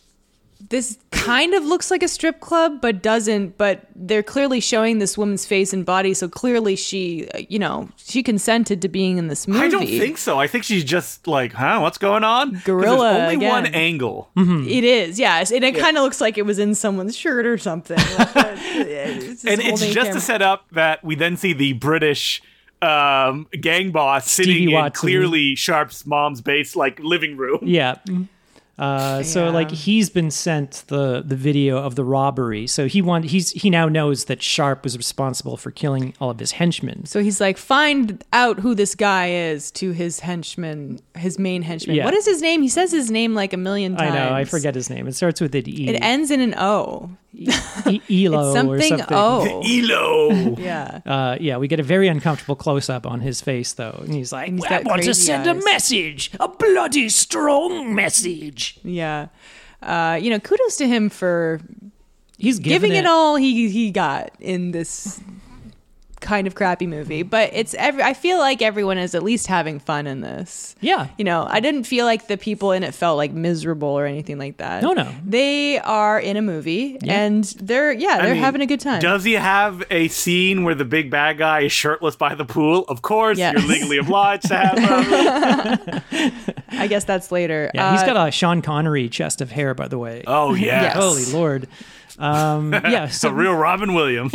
S1: this kind of looks like a strip club, but doesn't. But they're clearly showing this woman's face and body, so clearly she, uh, you know, she consented to being in this movie.
S2: I don't think so. I think she's just like, "Huh, what's going on?" 'Cause
S1: Gorilla
S2: There's only
S1: again.
S2: one angle.
S3: Hmm.
S1: it is. Yes, and it kind of looks like it was in someone's shirt or something. Like, uh, it's
S2: and it's
S1: holding a
S2: just
S1: camera.
S2: to set up that we then see the British um, gang boss sitting
S3: Stevie
S2: in
S3: Watson.
S2: clearly Sharp's mom's base, like living room.
S3: Yeah. Uh, so
S1: Yeah.
S3: like he's been sent the the video of the robbery. So he want he's he now knows that Sharp was responsible for killing all of his henchmen.
S1: So he's like, find out who this guy is to his henchman, his main henchman.
S3: Yeah.
S1: What is his name? He says his name like a million
S3: I
S1: times.
S3: know, I forget his name. It starts with an E.
S1: It ends in an O.
S3: E- Elo
S1: It's
S3: or
S1: something,
S3: something.
S1: O.
S2: Elo.
S1: yeah.
S3: Uh, yeah, we get a very uncomfortable close up on his face though, and he's like,
S1: And he's
S4: I
S1: got
S4: want to
S1: crazy
S4: send
S1: eyes.
S4: a message, a bloody strong message.
S1: Yeah. Uh, you know, kudos to him for
S3: he's
S1: giving it all he he got in this kind of crappy movie. But it's every. I feel like everyone is at least having fun in this.
S3: Yeah,
S1: you know, I didn't feel like the people in it felt like miserable or anything like that.
S3: No, no.
S1: They are in a movie and they're yeah, they're
S2: I mean,
S1: having a good time.
S2: Does he have a scene where the big bad guy is shirtless by the pool? Of course,
S1: Yes.
S2: you're legally obliged to have him.
S1: I guess that's later.
S3: yeah. he's
S1: Uh,
S3: got a Sean Connery chest of hair, by the way.
S2: oh
S1: Yes.
S2: yes.
S3: Holy lord. Um, yeah,
S2: It's a
S3: so,
S2: real Robin Williams.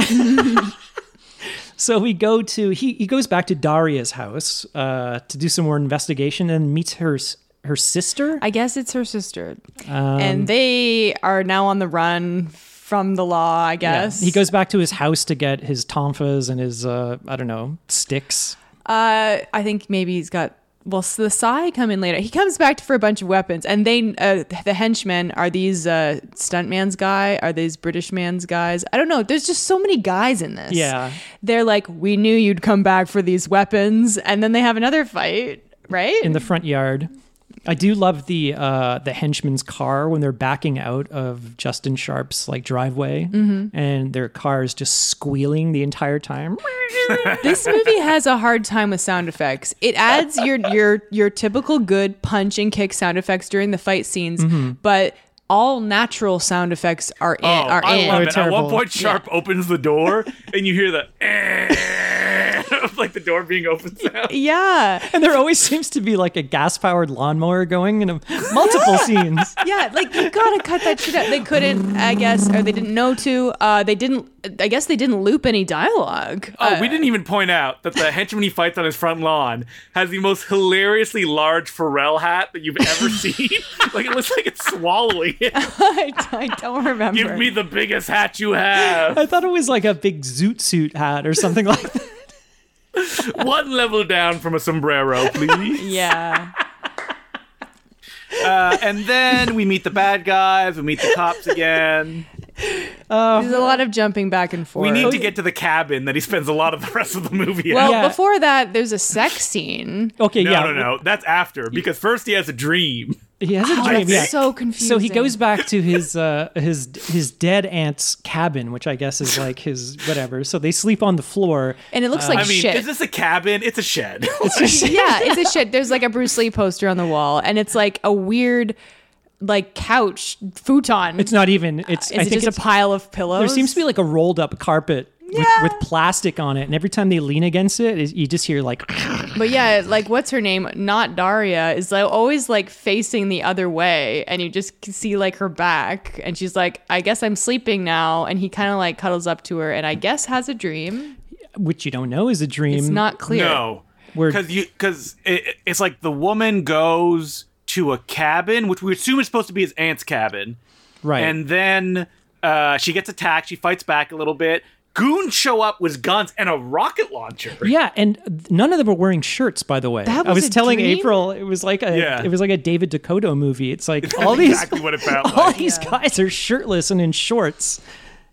S3: so we go to he he goes back to Daria's house uh, to do some more investigation and meets her s- her sister.
S1: I guess it's her sister.
S3: Um,
S1: and they are now on the run from the law, I
S3: Yeah.
S1: guess.
S3: He goes back to his house to get his tonfas and his uh, I don't know sticks.
S1: Uh, I think maybe he's got. Well, s- the Psy come in later. He comes back for a bunch of weapons, and they, uh, the henchmen, are these uh, stuntman's guy? Are these British man's guys? I don't know. There's just so many guys in this.
S3: Yeah.
S1: they're like, we knew you'd come back for these weapons, and then they have another fight, right?
S3: in the front yard. I do love the uh, the henchman's car when they're backing out of Justin Sharp's like driveway,
S1: Mm-hmm.
S3: and their car is just squealing the entire time.
S1: this movie has a hard time with sound effects. It adds your your your typical good punch and kick sound effects during the fight scenes, but all natural sound effects are in.
S2: Mm-hmm. Oh,
S1: are
S2: I
S1: in.
S2: love
S3: They're
S2: it. At one
S3: terrible.
S2: point, Sharp opens the door, and you hear the of like the door being opened sound.
S1: Yeah,
S3: And there always seems to be like a gas powered lawnmower going in a, multiple scenes.
S1: yeah. Like you gotta cut that shit out. They couldn't, I guess, or they didn't know to. Uh, they didn't. I guess they didn't loop any dialogue.
S2: Oh, we didn't even point out that the henchman he fights on his front lawn has the most hilariously large Pharrell hat that you've ever seen. like it looks like it's swallowing it.
S1: I, I don't remember.
S2: Give me the biggest hat you have.
S3: I thought it was like a big zoot suit hat or something like that.
S2: One level down from a sombrero, please.
S1: yeah.
S2: Uh, and then we meet the bad guys. We meet the cops again.
S1: There's a lot of jumping back and forth.
S2: We need to get to the cabin that he spends a lot of the rest of the movie.
S1: well,
S2: at.
S3: Yeah.
S1: before that, there's a sex scene.
S3: Okay,
S2: No,
S3: yeah,
S2: no, no. That's after because first he has a dream.
S3: He has a
S1: Oh,
S3: dream.
S1: it's
S3: yeah.
S1: so confusing.
S3: So he goes back to his uh, his his dead aunt's cabin, which I guess is like his whatever. So they sleep on the floor.
S1: and it looks like
S2: I mean,
S1: shit.
S2: is this a cabin? It's a shed.
S1: yeah, it's a shit. There's like a Bruce Lee poster on the wall, and it's like a weird, like couch futon.
S3: It's not even. It's
S1: Is
S3: I
S1: it
S3: think
S1: just
S3: it's,
S1: a pile of pillows?
S3: there seems to be like a rolled up carpet
S1: Yeah.
S3: with, with plastic on it, and every time they lean against it, it you just hear like.
S1: but yeah, like what's her name? Not Daria is like always like facing the other way, and you just can see like her back, and she's like, "I guess I'm sleeping now," and he kind of like cuddles up to her, and I guess has a dream.
S3: which you don't know is a dream.
S1: It's not clear.
S2: No,
S3: We're-
S2: because you because it, it's like the woman goes to a cabin, which we assume is supposed to be his aunt's cabin,
S3: right.
S2: and then uh, she gets attacked. She fights back a little bit. Goons show up with guns and a rocket launcher.
S3: yeah, and none of them were wearing shirts, by the way.
S1: That
S3: I
S1: was
S3: was
S1: a
S3: telling
S1: dream?
S3: April it was like a
S2: Yeah.
S3: it was like a David Dakota movie. It's like
S2: That's
S3: all these
S2: exactly what it felt
S3: all
S2: like.
S3: these guys are shirtless and in shorts.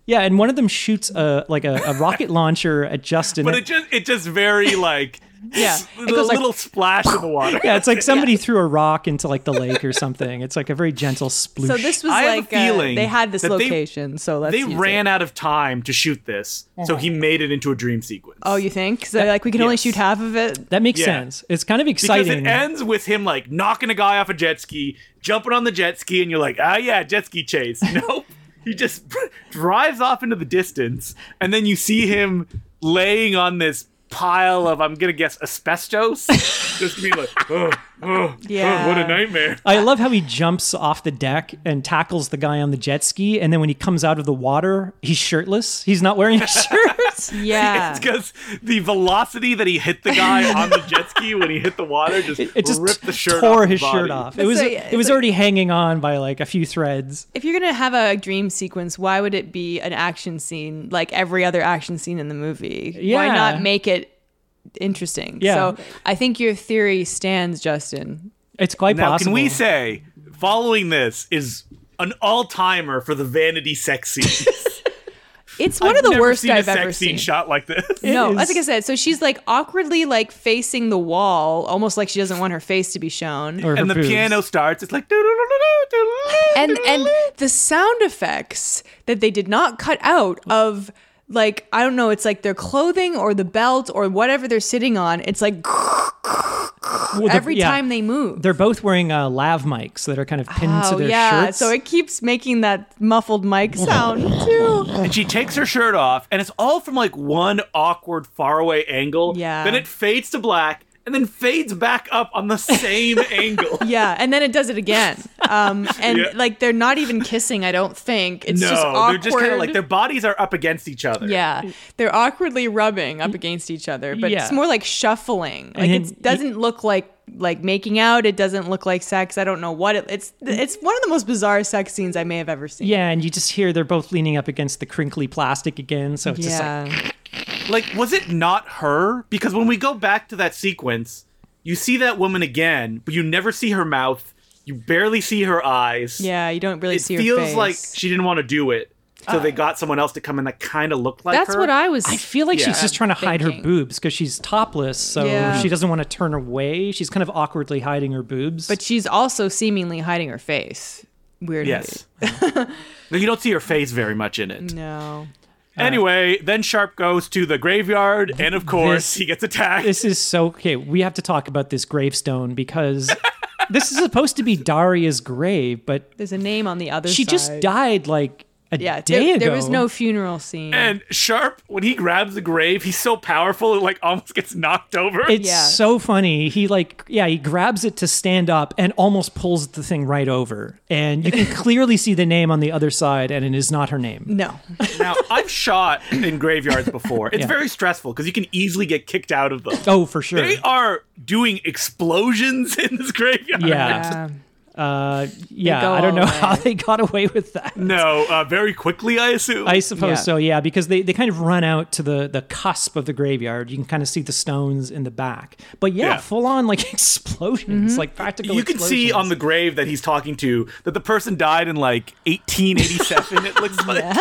S3: Yeah, and one of them shoots a like a, a rocket launcher at Justin.
S2: But it just it just very like
S1: Yeah.
S2: a
S3: It goes like-
S2: little splash in the water.
S3: yeah, it's like somebody threw a rock into like the lake or something. It's like a very gentle sploosh.
S1: So this was
S2: I have a
S1: like uh,
S2: feeling
S1: they had this
S2: that they-
S1: location, so let's
S2: They
S1: use
S2: ran
S1: it.
S2: out of time to shoot this, so he made it into a dream sequence.
S1: Oh, you think? So like we can only
S2: Yes.
S1: shoot half of it.
S3: that makes
S2: Yeah.
S3: sense. It's kind of
S2: Because
S3: exciting.
S2: it ends with him like knocking a guy off a jet ski, jumping on the jet ski, and you're like, ah, yeah, jet ski chase. Nope. he just drives off into the distance, and then you see him laying on this pile of, I'm going to guess, asbestos. just being like, oh, oh,
S1: Yeah.
S2: oh, what a nightmare.
S3: I love how he jumps off the deck and tackles the guy on the jet ski, and then when he comes out of the water, he's shirtless. He's not wearing a shirt.
S1: Yeah.
S2: It's because the velocity that he hit the guy on the jet ski when he hit the water just,
S3: It just
S2: ripped the shirt
S3: tore
S2: off
S3: his
S2: body.
S3: shirt off. It
S1: It's
S3: was
S1: like-
S3: it was
S1: it's like-
S3: already hanging on by like a few threads.
S1: if you're gonna have a dream sequence, why would it be an action scene like every other action scene in the movie? Why
S3: Yeah.
S1: not make it interesting?
S3: Yeah.
S1: So I think your theory stands, Justin.
S3: It's quite
S2: Now,
S3: possible.
S2: can we say following this is an all timer for the vanity sex scene?
S1: It's one of the
S2: never
S1: worst
S2: seen
S1: I've
S2: a sex
S1: ever
S2: scene
S1: seen.
S2: shot like this.
S1: no,
S3: is-
S1: that's like I said. So she's like awkwardly like facing the wall, almost like she doesn't want her face to be shown.
S3: Or her
S2: and the
S3: boobs.
S2: piano starts. It's like "Doo-doo-doo-doo-doo,
S1: and
S2: doo-doo-doo-doo."
S1: and the sound effects that they did not cut out of like I don't know, it's like their clothing or the belt or whatever they're sitting on. It's like
S3: Well, the-
S1: every
S3: yeah.
S1: time they move.
S3: They're both wearing uh, lav mics that are kind of pinned to their
S1: Oh, yeah.
S3: shirts.
S1: So it keeps making that muffled mic sound too.
S2: and she takes her shirt off, and it's all from like one awkward, faraway angle.
S1: Yeah.
S2: Then it fades to black, and then fades back up on the same angle.
S1: Yeah, and then it does it again. Um, and
S2: Yeah.
S1: like they're not even kissing. I don't think it's
S2: no,
S1: just awkward.
S2: they're just kind of like their bodies are up against each other.
S1: yeah, they're awkwardly rubbing up against each other, but
S3: Yeah.
S1: it's more like shuffling. Like
S3: then
S1: it doesn't look like like making out. It doesn't look like sex. I don't know what it, it's. It's one of the most bizarre sex scenes I may have ever seen.
S3: yeah, and you just hear they're both leaning up against the crinkly plastic again. So it's just like
S1: Yeah.
S2: like was it not her because when we go back to that sequence you see that woman again but you never see her mouth you barely see her eyes
S1: Yeah, you don't really
S2: it
S1: see her
S2: feels
S1: face. Ah.
S2: like she didn't want to do it so they got someone else to come in that kind of looked like
S1: That's
S2: her.
S1: what I was.
S3: I feel like
S2: Yeah.
S3: she's just trying to hide her
S1: Thinking.
S3: boobs because she's topless, so
S1: Yeah.
S3: she doesn't want to turn away. She's kind of awkwardly hiding her boobs.
S1: but she's also seemingly hiding her face. Weirdly.
S2: yes No, you don't see her face very much in it
S1: Mm, No.
S2: anyway then sharp goes to the graveyard and of course
S3: This-
S2: he gets attacked
S3: this is so okay. We have to talk about this gravestone because this is supposed to be Daria's grave, but
S1: There's a name on the other
S3: she
S1: side.
S3: just died like a
S1: Yeah,
S3: day
S1: there,
S3: ago.
S1: there was no funeral scene.
S2: and Sharp, when he grabs the grave, he's so powerful it like almost gets knocked over.
S3: It's
S1: Yeah.
S3: so funny. He like yeah, he grabs it to stand up and almost pulls the thing right over. And you can clearly see the name on the other side and it is not her name.
S1: no.
S2: Now, I've shot in graveyards before. It's
S3: Yeah.
S2: very stressful because you can easily get kicked out of them.
S3: Oh, for sure.
S2: They are doing explosions in this graveyard.
S3: yeah.
S1: Yeah.
S3: Uh, yeah,
S1: go
S3: I don't know
S1: all
S3: how
S1: away.
S3: they got away with that.
S2: No, uh, very quickly, I assume.
S3: I suppose
S1: Yeah.
S3: so, yeah, because they, they kind of run out to the, the cusp of the graveyard. You can kind of see the stones in the back. But yeah,
S2: Yeah. Mm-hmm.
S3: full on like explosions, like practical
S2: you can see on the
S3: explosions.
S2: grave that he's talking to that the person died in like 1887. it looks like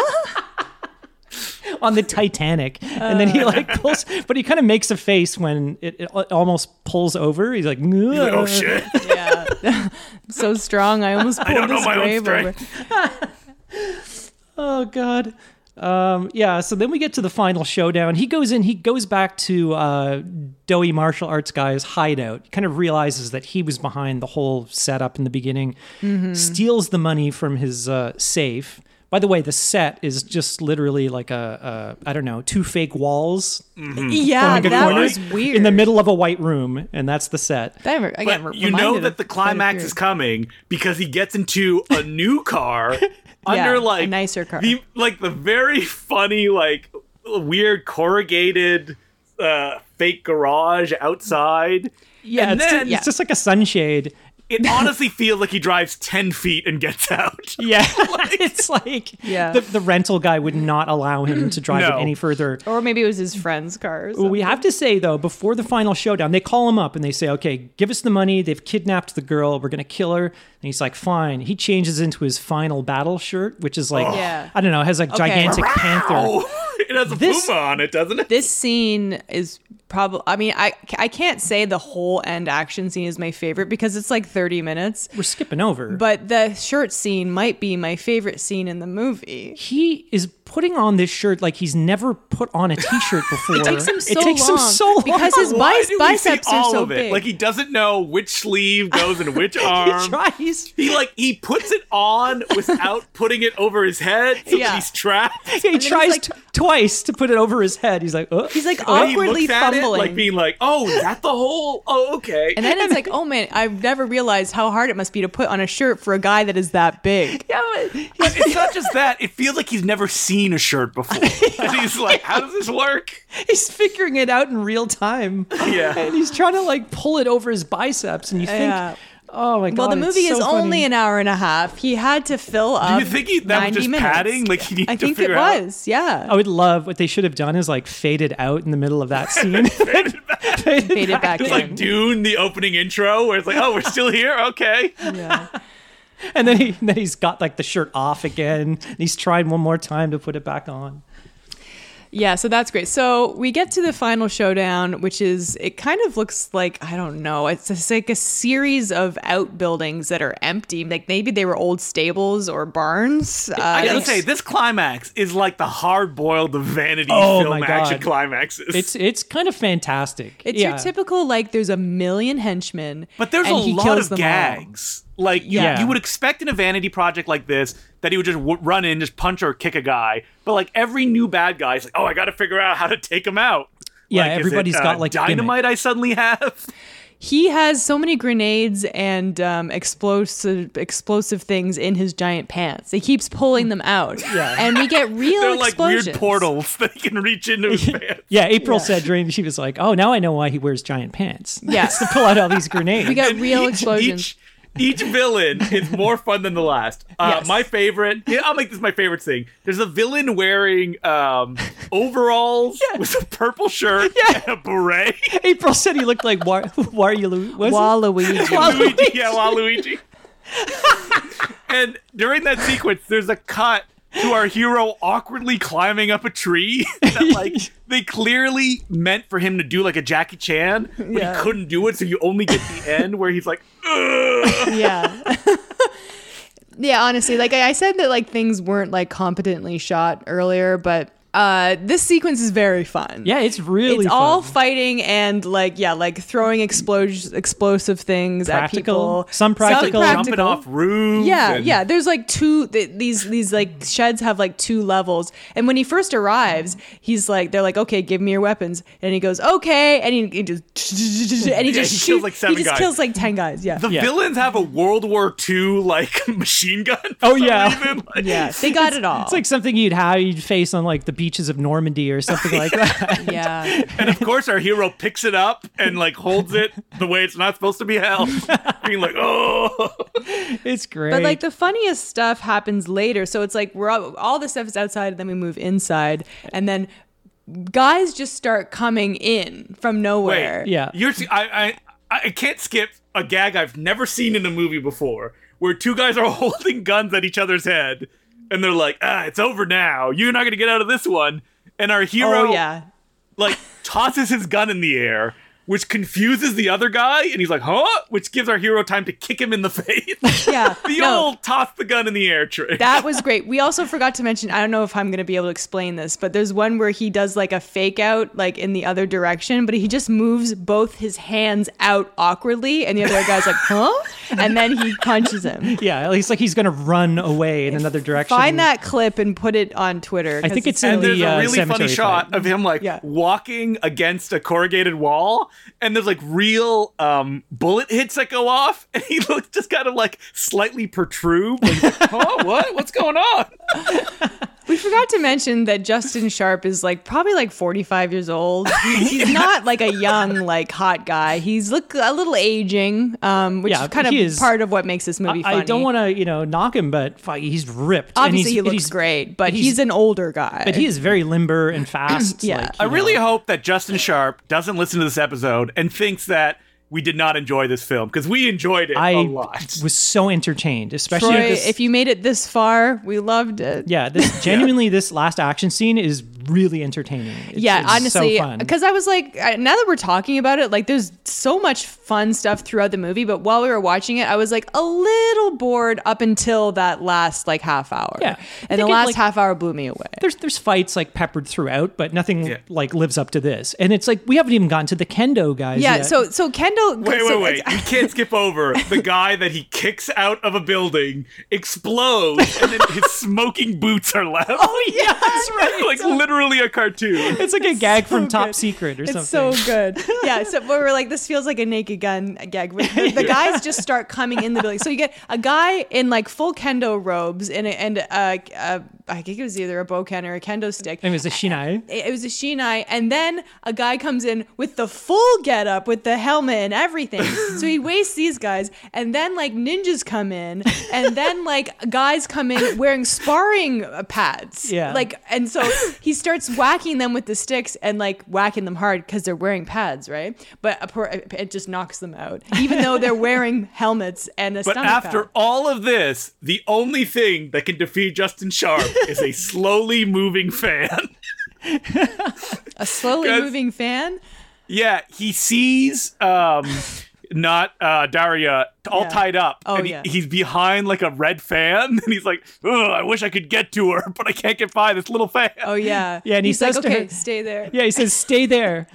S3: on the Titanic. And then
S2: Uh.
S3: he like pulls, but he kind of makes a face when it, it al- almost pulls over. He's like,
S2: Like, oh
S3: "Ugh."
S2: shit.
S1: Yeah. so strong. I almost pulled
S2: don't know
S1: this
S2: my own
S1: grave over.
S2: strength.
S3: Oh god. Um, yeah, so then we get to the final showdown. He goes in, he goes back to uh, Doughy martial arts guy's hideout, kind of realizes that he was behind the whole setup in the beginning,
S1: Mm-hmm.
S3: steals the money from his uh, safe. By the way, the set is just literally like a, a I don't know, two fake walls
S2: Hmm.
S1: Yeah,
S3: Like a
S1: Ah, that
S3: corner
S1: was weird.
S3: in the middle of a white room, and that's the set.
S1: That, re- again,
S2: But
S1: re-
S2: you know
S1: reminded
S2: that
S1: of
S2: the
S1: quite a
S2: climax
S1: few.
S2: is coming because he gets into a new car
S1: Yeah,
S2: under
S1: a
S2: like
S1: nicer car.
S2: the like the very funny like weird corrugated uh, fake garage outside.
S3: Yeah,
S2: And
S3: it's, ju-
S2: then-
S3: it's just like a sunshade.
S2: It honestly feels like he drives ten feet and gets out.
S3: Yeah, it's like
S1: Yeah.
S3: the, the rental guy would not allow him to drive
S2: No.
S3: it any further.
S1: Or maybe it was his friend's cars.
S3: Well, we have to say though, before the final showdown, they call him up and they say, "Okay, give us the money. They've kidnapped the girl. We're gonna kill her." And he's like, "Fine." He changes into his final battle shirt, which is like,
S1: Yeah.
S3: I don't know, has a gigantic panther.
S2: Oh, it has a
S3: This-
S2: puma on it, doesn't it?
S1: this scene is probably i mean i i can't say the whole end action scene is my favorite because it's like 30 minutes
S3: We're skipping over,
S1: but the shirt scene might be my favorite scene in the movie
S3: he is putting on this shirt like he's never put on a t-shirt before. it
S1: takes him so
S3: takes him
S1: long
S3: so long.
S1: because his
S2: Why
S1: bice-
S2: do we see
S1: biceps are
S2: all
S1: so
S2: of it?
S1: big
S2: Like he doesn't know which sleeve goes in which arm.
S3: he tries.
S2: He like he puts it on without putting it over his head, so that
S1: Yeah.
S2: he's trapped.
S3: He
S1: he's
S3: tries
S1: like-
S3: t- twice to put it over his head. He's like, oh.
S1: he's like
S2: And he
S1: awkwardly
S2: looks at it,
S1: fumbling
S2: like being like, "Oh, is that the whole? Oh, okay."
S1: and then it's like, oh man, I've never realized how hard it must be to put on a shirt for a guy that is that big.
S3: Yeah, but-
S2: But it's not just that; it feels like he's never seen a shirt before, and he's like, "How does this work?"
S3: he's figuring it out in real time.
S2: Yeah.
S3: And he's trying to like pull it over his biceps and you think,
S1: Yeah.
S3: oh my god.
S1: Well, the
S3: it's
S1: movie
S3: so
S1: is
S3: funny.
S1: only an hour and a half. He had to fill up.
S2: Do you think he, that was
S1: 90
S2: just
S1: minutes.
S2: padding? Like he needed
S1: I
S2: to
S1: think it
S2: figure out.
S1: was. Yeah.
S3: I would love what they should have done is like faded out in the middle of that scene. faded back.
S1: Faded back
S2: It's like
S1: in.
S2: Dune, the opening intro, where it's like, "Oh, we're still here, okay."
S1: Yeah.
S3: And then he then he's got like the shirt off again. And he's trying one more time to put it back on.
S1: Yeah, so that's great. So we get to the final showdown, which is it kind of looks like I don't know. It's just like a series of outbuildings that are empty. Like maybe they were old stables or barns. Uh,
S2: I gotta
S1: like-
S2: say, this climax is like the hard-boiled of vanity
S3: Oh
S2: film
S3: my
S2: action
S3: God.
S2: climaxes.
S3: It's it's kind of fantastic.
S1: it's
S3: Yeah.
S1: your typical like there's a million henchmen,
S2: But there's
S1: and
S2: a
S1: he
S2: lot
S1: kills
S2: of
S1: them all.
S2: gags. Like you,
S3: Yeah.
S2: you would expect in a vanity project like this that he would just w- run in, just punch or kick a guy. But like every new bad guy is like, oh, I got to figure out how to take him out.
S3: Yeah,
S2: like, is it, uh,
S3: everybody's got, like, a gimmick.
S2: dynamite. I suddenly have.
S1: He has so many grenades and um, explosive explosive things in his giant pants. He keeps pulling them out, yeah. and we get real
S2: They're like
S1: explosions.
S2: weird portals that he can reach into his pants.
S3: yeah, April said during she was like, "Oh, now I know why he wears giant pants."
S1: Yeah.
S3: It's to pull out all these grenades.
S1: We got
S2: And
S1: real
S2: each-
S1: explosions.
S2: Each, Each villain is more fun than the last. Uh,
S3: Yes.
S2: My favorite. Yeah, I'll make this my favorite thing. There's a villain wearing um, overalls with a purple shirt and a beret.
S3: April said he looked like War- Wario. Was it?
S5: Waluigi.
S2: Luigi, yeah, Waluigi. and during that sequence, there's a cut to our hero awkwardly climbing up a tree that, like, they clearly meant for him to do like a Jackie Chan, but
S1: Yeah.
S2: he couldn't do it, so you only get the end where he's like,
S5: yeah.
S1: Yeah, honestly, like I I said that like things weren't like competently shot earlier, but uh this sequence is very fun.
S3: Yeah, it's really
S1: it's all
S3: fun.
S1: fighting and like yeah, like throwing explos- explosive things
S3: Practical.
S1: at people.
S3: Some practical,
S1: practical.
S2: jumping off roofs.
S1: Yeah,
S2: and-
S1: yeah. There's like two th- these these like sheds have like two levels. And when he first arrives, he's like they're like, "Okay, give me your weapons." And he goes, "Okay." And he, he just and he just
S2: Yeah, he kills,
S1: shoots-
S2: like, seven
S1: he just
S2: guys.
S1: kills like 10 guys. Yeah.
S2: The
S3: Yeah.
S2: villains have a World War II like machine gun. for
S3: Oh,
S2: some
S3: yeah.
S2: reason. Like,
S1: yeah, they got it all.
S3: It's like something you'd how you'd face on like the beaches of Normandy or something like that.
S1: yeah.
S2: And of course, our hero picks it up and like holds it the way it's not supposed to be held, being like, "Oh,
S3: It's great.
S1: But like the funniest stuff happens later. So it's like we're all, all the stuff is outside, and then we move inside, and then guys just start coming in from nowhere.
S3: yeah.
S2: You're see- I I I can't skip a gag I've never seen in a movie before, where two guys are holding guns at each other's head, and they're like, "Ah, it's over now. You're not gonna get out of this one." And our hero,
S1: Oh yeah.
S2: like tosses his gun in the air. Which confuses the other guy, and he's like, huh? Which gives our hero time to kick him in the face.
S1: Yeah.
S2: the
S1: No.
S2: old toss the gun in the air trick.
S1: That was great. We also forgot to mention, I don't know if I'm going to be able to explain this, but there's one where he does like a fake out, like in the other direction, but he just moves both his hands out awkwardly, and the other guy's like, huh? And then he punches him.
S3: yeah, at least like he's gonna run away in another direction.
S1: Find that clip and put it on Twitter.
S3: I think
S1: 'cause
S3: it's in
S2: and there's
S3: the uh,
S2: a really funny
S3: cemetery
S2: shot
S3: fight.
S2: of him like
S1: Yeah.
S2: walking against a corrugated wall and there's like real um bullet hits that go off and he looks just kind of like slightly protrude like, oh what what's going on
S1: We forgot to mention that Justin Sharp is like probably like 45 years old. He- He's not like a young, like hot guy. He's look a little aging, um, which
S3: Yeah,
S1: is kind of
S3: he is-
S1: part of what makes this movie
S3: I,
S1: funny.
S3: I don't want to, you know, knock him, but fuck, he's ripped. and
S1: Obviously,
S3: he's-
S1: he
S3: and
S1: looks
S3: he's-
S1: great, but he's,
S3: he's-
S1: an older guy.
S3: But he is very limber and fast.
S1: Yeah.
S3: like,
S2: i
S3: you
S2: really
S3: know.
S2: hope that justin sharp doesn't listen to this episode and thinks that we did not enjoy this film because we enjoyed it a
S3: I
S2: lot
S3: was so entertained, especially
S1: Troy,
S3: this,
S1: if you made it this far, we loved it.
S3: yeah, this genuinely this last action scene is really entertaining. It's,
S1: yeah,
S3: it's
S1: honestly,
S3: so fun.
S1: because I was like, I- now that we're talking about it, like there's so much fun stuff throughout the movie. But while we were watching it, I was like a little bored up until that last like half hour.
S3: Yeah.
S1: and
S3: I
S1: the
S3: think it,
S1: last
S3: like-
S1: half hour blew me away.
S3: there's there's fights like peppered throughout, but nothing
S2: Yeah.
S3: like lives up to this. And it's like we haven't even gotten to the kendo guys.
S1: Yeah,
S3: yet.
S1: so so Kendall.
S2: Wait,
S1: so-
S2: wait, wait. We can't skip over the guy that he kicks out of a building, explodes, and then his smoking boots are left. Oh,
S3: yeah, that's right.
S2: like literally a cartoon.
S3: It's like a gag from
S1: so
S3: Top
S1: good.
S3: Secret or
S1: It's
S3: something.
S1: so good. Yeah, so we were like, this feels like a naked gun gag. But The, the guys just start coming in the building. So you get a guy in like full kendo robes and a, and a, a, I think it was either a bokken or a kendo stick.
S3: it was a shinai.
S1: it it was a shinai and then a guy comes in with the full getup with the helmet and everything so he wastes these guys and then like ninjas come in and then like guys come in wearing sparring uh, pads
S3: Yeah.
S1: like and so he starts whacking them with the sticks and like whacking them hard because they're wearing pads right but a poor, uh, it just knocks them out even though they're wearing helmets and a
S2: But
S1: stomach
S2: after
S1: pad.
S2: all of this, the only thing that can defeat Justin Sharp is a slowly moving fan.
S1: a slowly
S2: Guys-
S1: moving fan
S2: Yeah, he sees um not uh Daria all
S1: Yeah.
S2: tied up.
S1: Oh,
S2: and he-
S1: yeah.
S2: he's behind like a red fan, and he's like, Ugh, I wish I could get to her, but I can't get by this little fan.
S1: oh yeah
S3: Yeah, and he
S1: he's like
S3: says to her-
S1: okay stay there
S3: Yeah, he says, "Stay there."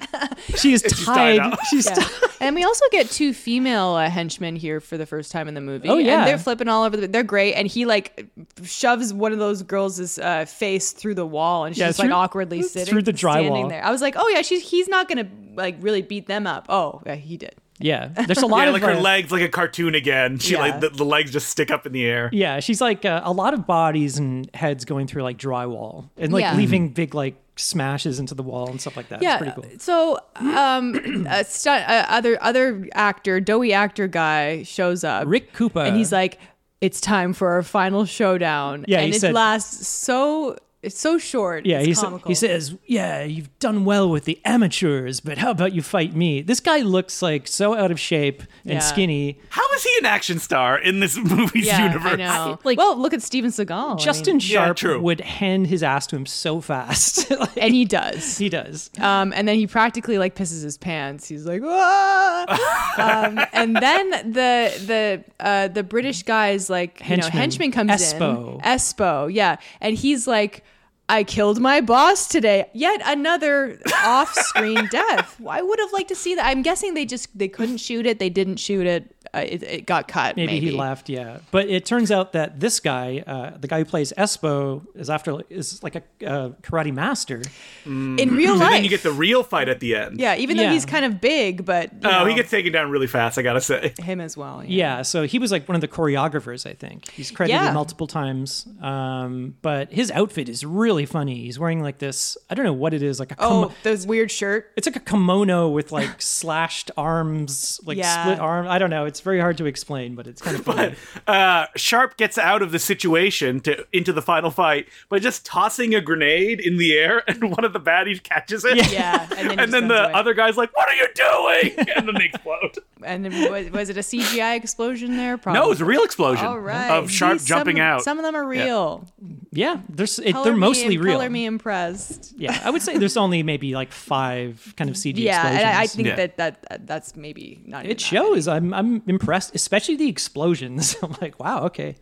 S3: She is
S2: She's tied
S3: tied.
S2: up.
S3: She's
S1: Yeah.
S3: tied.
S1: and we also get two female uh, henchmen here for the first time in the movie.
S3: Oh, yeah.
S1: and they're flipping all over. The, they're great, and he like shoves one of those girls' uh, face through the wall, and she's
S3: Yeah,
S1: just,
S3: through-
S1: like awkwardly
S3: through
S1: sitting
S3: the
S1: standing
S3: drywall.
S1: there. I was like, oh yeah, she's he's not gonna like really beat them up. Oh yeah, he did.
S3: Yeah, there's a lot
S2: yeah,
S3: of
S2: like her
S3: uh,
S2: legs, like a cartoon again. She
S3: Yeah.
S2: like the, the legs just stick up in the air.
S3: Yeah, she's like uh, a lot of bodies and heads going through like drywall and like
S1: Yeah.
S3: leaving big like smashes into the wall and stuff like that. it's pretty cool.
S1: So, um, a stunt, uh, other other actor, doughy actor guy shows up,
S3: Rick Cooper
S1: and he's like, "It's time for our final showdown."
S3: Yeah, he
S1: and it
S3: said-
S1: lasts so it's so short.
S3: yeah,
S1: it's
S3: he, sa-
S1: comical.
S3: he says, "Yeah, you've done well with the amateurs, but how about you fight me?" This guy looks like so out of shape and
S1: Yeah.
S3: skinny.
S2: How is he an action star in this movie's
S1: yeah,
S2: universe?
S1: I know.
S3: like-
S1: well, look at Steven Seagal. I
S3: Justin
S1: mean,
S2: Yeah,
S3: Sharp
S2: true.
S3: would hand his ass to him so fast. Like,
S1: and he does.
S3: he does.
S1: Um, and then he practically like pisses his pants. He's like, "Ah!" um, and then the the uh, the British guy's like, you know,
S3: Henchman.
S1: henchman comes
S3: Espo.
S1: in, Espo, yeah, and he's like, I killed my boss today. Yet another off screen death. I would have liked to see that. I'm guessing they just they couldn't shoot it. They didn't shoot it. Uh, it, it got cut. Maybe,
S3: Maybe, he left, yeah. But it turns out that this guy, uh, the guy who plays Espo, is after is like a uh, karate master.
S1: in real
S2: Mm. And
S1: life.
S2: then you get the real fight at the end.
S1: yeah, even though
S3: Yeah.
S1: he's kind of big, but you
S2: Oh,
S1: know,
S2: he gets taken down really fast. I gotta say.
S1: him as well.
S3: Yeah, so he was like one of the choreographers, I think. He's credited
S1: Yeah.
S3: multiple times. Um, but his outfit is really funny. He's wearing like this, I don't know what it is, like a
S1: Oh,
S3: kimo-
S1: those weird shirt.
S3: it's like a kimono with like slashed arms, like
S1: Yeah.
S3: split arm. I don't know. It's very hard to explain, but it's kind of funny.
S2: Uh, Sharp gets out of the situation to into the final fight by just tossing a grenade in the air, and one of the baddies catches it.
S1: Yeah, and then, he
S2: And
S1: just
S2: then
S1: runs
S2: the
S1: away.
S2: other guy's like, "What are you doing?" And then they explode.
S1: And then was, was it a CGI explosion there? Probably.
S2: No, it was a real explosion
S1: All right.
S2: of Sharp
S1: See,
S2: jumping
S1: some,
S2: out.
S1: Some of them are real.
S3: yeah, there's, it,
S1: Color
S3: they're
S1: me-
S3: mostly real.
S1: Color me impressed.
S3: Yeah, I would say there's only maybe like five kind of CG
S1: Yeah,
S3: explosions.
S1: and I, I think
S2: Yeah.
S1: that, that that that's maybe not. even
S3: It
S1: that.
S3: shows. I'm I'm impressed, especially the explosions. I'm like, wow, okay,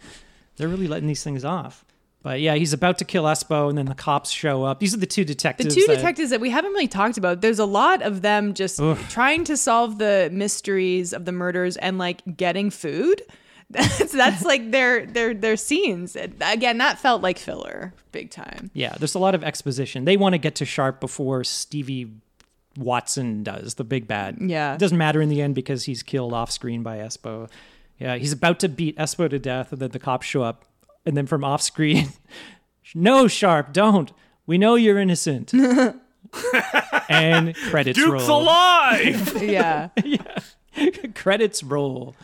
S3: they're really letting these things off. But yeah, he's about to kill Espo, and then the cops show up. These are the two
S1: The
S3: detectives.
S1: two
S3: that-
S1: detectives that we haven't really talked about. There's a lot of them just trying to solve the mysteries of the murders and like getting food. That's that's like their their their scenes. Again, that felt like filler, big time.
S3: Yeah, there's a lot of exposition. They want to get to Sharp before Stevie Watson does the big bad.
S1: Yeah.
S3: it doesn't matter in the end because he's killed off screen by Espo. Yeah, he's about to beat Espo to death, and then the cops show up, and then from off screen, no, Sharp, don't. We know you're innocent. and credits
S2: Duke's
S3: roll.
S2: alive.
S1: Yeah,
S3: credits roll.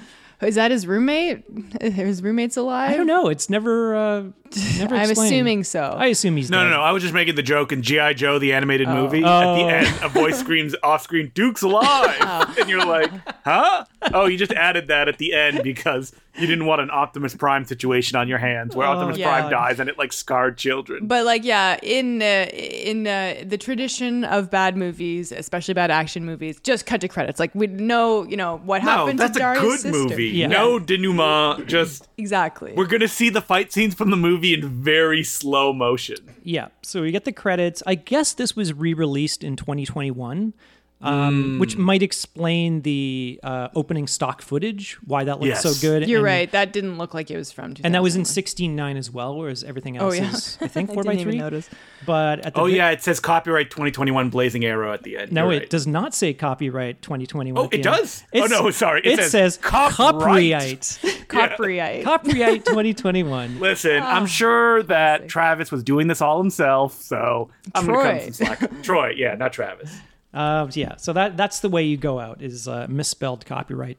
S1: is that his roommate? His roommate's alive?
S3: I don't know. It's never. Uh, never
S1: I'm
S3: explained.
S1: assuming so.
S3: I assume he's
S2: no,
S3: dead.
S2: no, no. I was just making the joke in GI Joe the animated
S1: Oh.
S2: movie. At the end, a voice screams off screen, "Duke's alive!"
S1: Oh.
S2: And you're like, "Huh?" Oh, you just added that at the end because you didn't want an Optimus Prime situation on your hands where Optimus
S1: Oh, yeah.
S2: Prime dies and it like scarred children.
S1: But like, yeah, in uh, in uh, the tradition of bad movies, especially bad action movies, just cut to credits. Like we know, you know, what
S2: No,
S1: happened
S2: that's
S1: to
S2: a
S1: Daria's
S2: good
S1: sister.
S2: movie.
S3: Yeah.
S2: No denouement. Just
S1: Exactly.
S2: we're gonna see the fight scenes from the movie in very slow motion.
S3: Yeah. So we get the credits. I guess this was re-released in 2021. Um,
S2: Hmm.
S3: Which might explain the uh, opening stock footage, why that looks
S2: Yes.
S3: so good.
S1: You're
S3: and-
S1: right. That didn't look like it was from.
S3: And that was in
S1: 2001.
S3: 16.9 as well, whereas everything else
S1: Oh, yeah.
S3: is, I think,
S1: I
S3: 4 by
S1: didn't even
S3: 3
S1: notice.
S3: But at the
S2: Oh
S3: vi-
S2: yeah, it says copyright 2021 blazing arrow at the end.
S3: No,
S2: You're
S3: it
S2: right.
S3: does not say copyright 2021.
S2: Oh,
S3: at the
S2: it
S3: end.
S2: does? Oh, no, sorry. It
S3: It,
S2: says
S3: says
S2: copyright.
S3: copyright.
S1: Copyright.
S3: copyright 2021.
S2: Listen, I'm
S1: Ah,
S2: sure that Travis was doing this all himself, so I'm gonna
S1: Troy.
S2: come some slack. Troy, yeah, not Travis.
S3: Uh, yeah, so that that's the way you go out is uh, misspelled copyright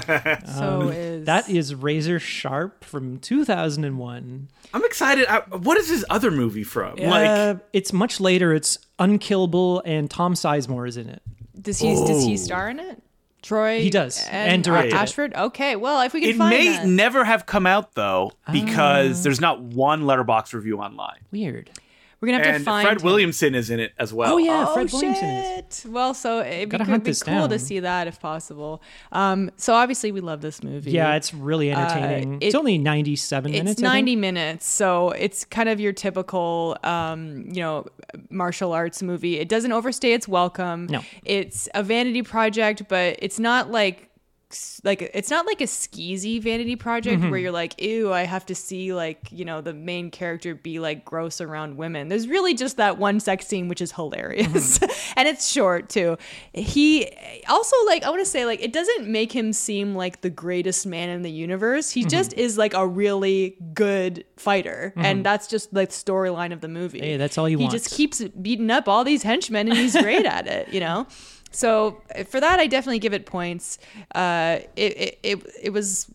S1: so is
S3: Um, that is Razor Sharp from 2001.
S2: I'm excited. I, what is his other movie from? Like,
S3: Uh, it's much later. It's unkillable, and Tom Sizemore is in it.
S1: Does he does
S2: Oh.
S1: he star in it? Troy.
S3: He does,
S1: and, uh,
S3: and directed it.
S1: Ashford. Okay. Well, if we can
S2: it
S1: find
S2: may
S1: that. Ah.
S2: never have come out though, because there's not one letterbox review online.
S3: Weird.
S1: we're gonna have to
S2: And
S1: find.
S2: Fred Williamson is in it as well.
S3: Oh yeah,
S1: Oh,
S3: Fred Williamson is.
S1: shit. Well, so it'd be,
S3: Gotta
S1: it'd
S3: hunt
S1: be
S3: this
S1: cool to
S3: down.
S1: see that if possible. Um, so obviously we love this movie.
S3: Yeah, it's really entertaining. it's
S1: Uh, it-
S3: only 97 minutes.
S1: it's
S3: I think.
S1: 90 minutes so it's kind of your typical um, you know martial arts movie it doesn't overstay its welcome
S3: No.
S1: it's a vanity project but it's not like s- like it's not like a skeezy vanity project
S3: Mm-hmm.
S1: where you're like ew i have to see like you know the main character be like gross around women there's really just that one sex scene which is hilarious
S3: Mm-hmm.
S1: and it's short too he also like i want to say like it doesn't make him seem like the greatest man in the universe
S3: Mm-hmm.
S1: he just is like a really good fighter and that's just like the storyline of the movie
S3: Mm-hmm. Hey, that's all he
S1: he
S3: wants.
S1: just keeps beating up all these henchmen and he's great at it, you know? So for that, I definitely give it points. Uh, it, it, it, it was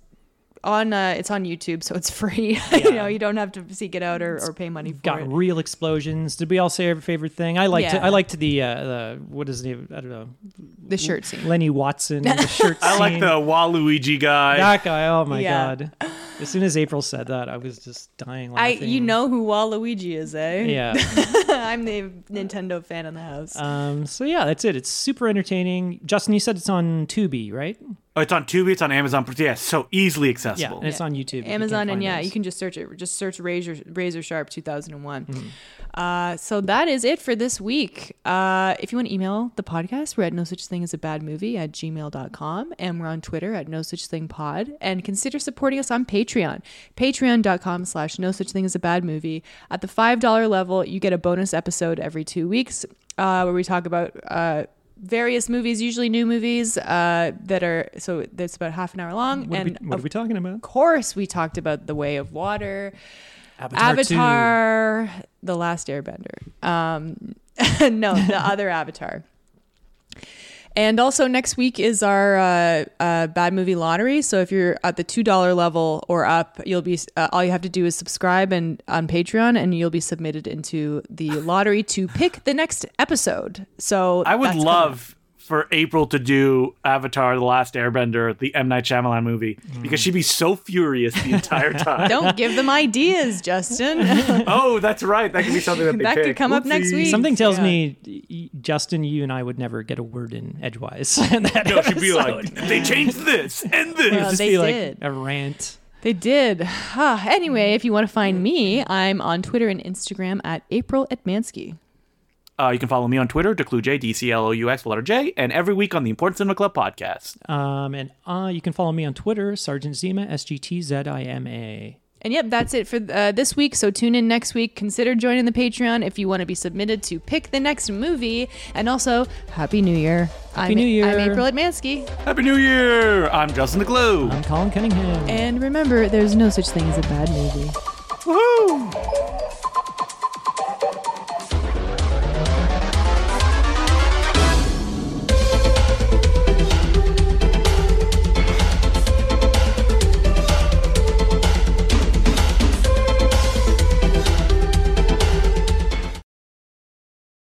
S1: on, uh, it's on YouTube, so it's free. you know, you don't have to seek it out or, or pay money for
S3: Got
S1: it.
S3: real explosions. Did we all say our favorite thing? I liked.
S1: Yeah.
S3: I liked the uh, the what is it? I don't know.
S1: the shirt scene.
S3: Lenny Watson the shirt.
S2: I like
S3: scene.
S2: the Waluigi guy.
S3: that guy. Oh my
S1: Yeah.
S3: god! As soon as April said that, I was just dying
S1: I,
S3: laughing.
S1: you know who Waluigi is, eh?
S3: Yeah.
S1: I'm the Nintendo fan in the house.
S3: Um, so yeah, that's it. It's super entertaining. Justin, you said it's on Tubi, right?
S2: Oh, it's on Tubi. It's on Amazon. Prime. Yeah, it's so easily
S3: Yeah,
S2: accessible.
S3: and it's on YouTube. if you
S1: Amazon and
S3: can't find
S1: yeah,
S3: us.
S1: you can just search it. Just search Razor Razor Sharp 2001.
S3: Mm-hmm.
S1: Uh, so that is it for this week. Uh, if you want to email the podcast, we're at no such thing as a bad movie at gmail.com and we're on Twitter at no such thing pod and consider supporting us on Patreon. Patreon.com slash no such thing as a bad movie. At the five dollar level, you get a bonus episode every two weeks uh, where we talk about uh, various movies, usually new movies uh, that are so that's about half an hour long.
S3: What, are
S1: and
S3: we, what are we talking about?
S1: of course, we talked about The Way of Water,
S3: Avatar.
S1: Avatar, The Last Airbender. Um, no, the other Avatar. And also next week is our uh, uh, bad movie lottery. So if you're at the two dollar level or up, you'll be uh, all you have to do is subscribe and on Patreon, and you'll be submitted into the lottery to pick the next episode. So
S2: I would
S1: that's coming up.
S2: love for April to do Avatar: The Last Airbender, the M Night Shyamalan movie, because she'd be so furious the entire time.
S1: Don't give them ideas, Justin.
S2: oh, that's right. That could be something that they
S1: That could
S2: pick.
S1: come up next
S2: Whoopsie.
S1: week.
S3: Something tells
S1: Yeah.
S3: me, y- y- Justin, you and I would never get a word in edgewise. in that
S2: No, she'd be
S3: episode.
S2: like, they changed this and this.
S3: It would just
S1: they
S3: be like
S1: did.
S3: a rant.
S1: They did. Huh. Anyway, if you want to find me, I'm on Twitter and Instagram at April Atmansky.
S2: Uh, you can follow me on Twitter, DeCluJ, D C L O U X, the letter J, and every week on the Important Cinema Club podcast.
S3: Um, and uh, you can follow me on Twitter, Sergeant Zima, S G T Z I M A.
S1: And yep, that's it for uh, this week. So tune in next week. Consider joining the Patreon if you want to be submitted to pick the next movie. And also, Happy New Year. Happy I'm,
S3: New Year.
S1: I'm April Atmansky.
S2: Happy New Year! I'm Justin the Glue.
S3: I'm Colin Cunningham.
S1: And remember, there's no such thing as a bad movie.
S2: Woohoo!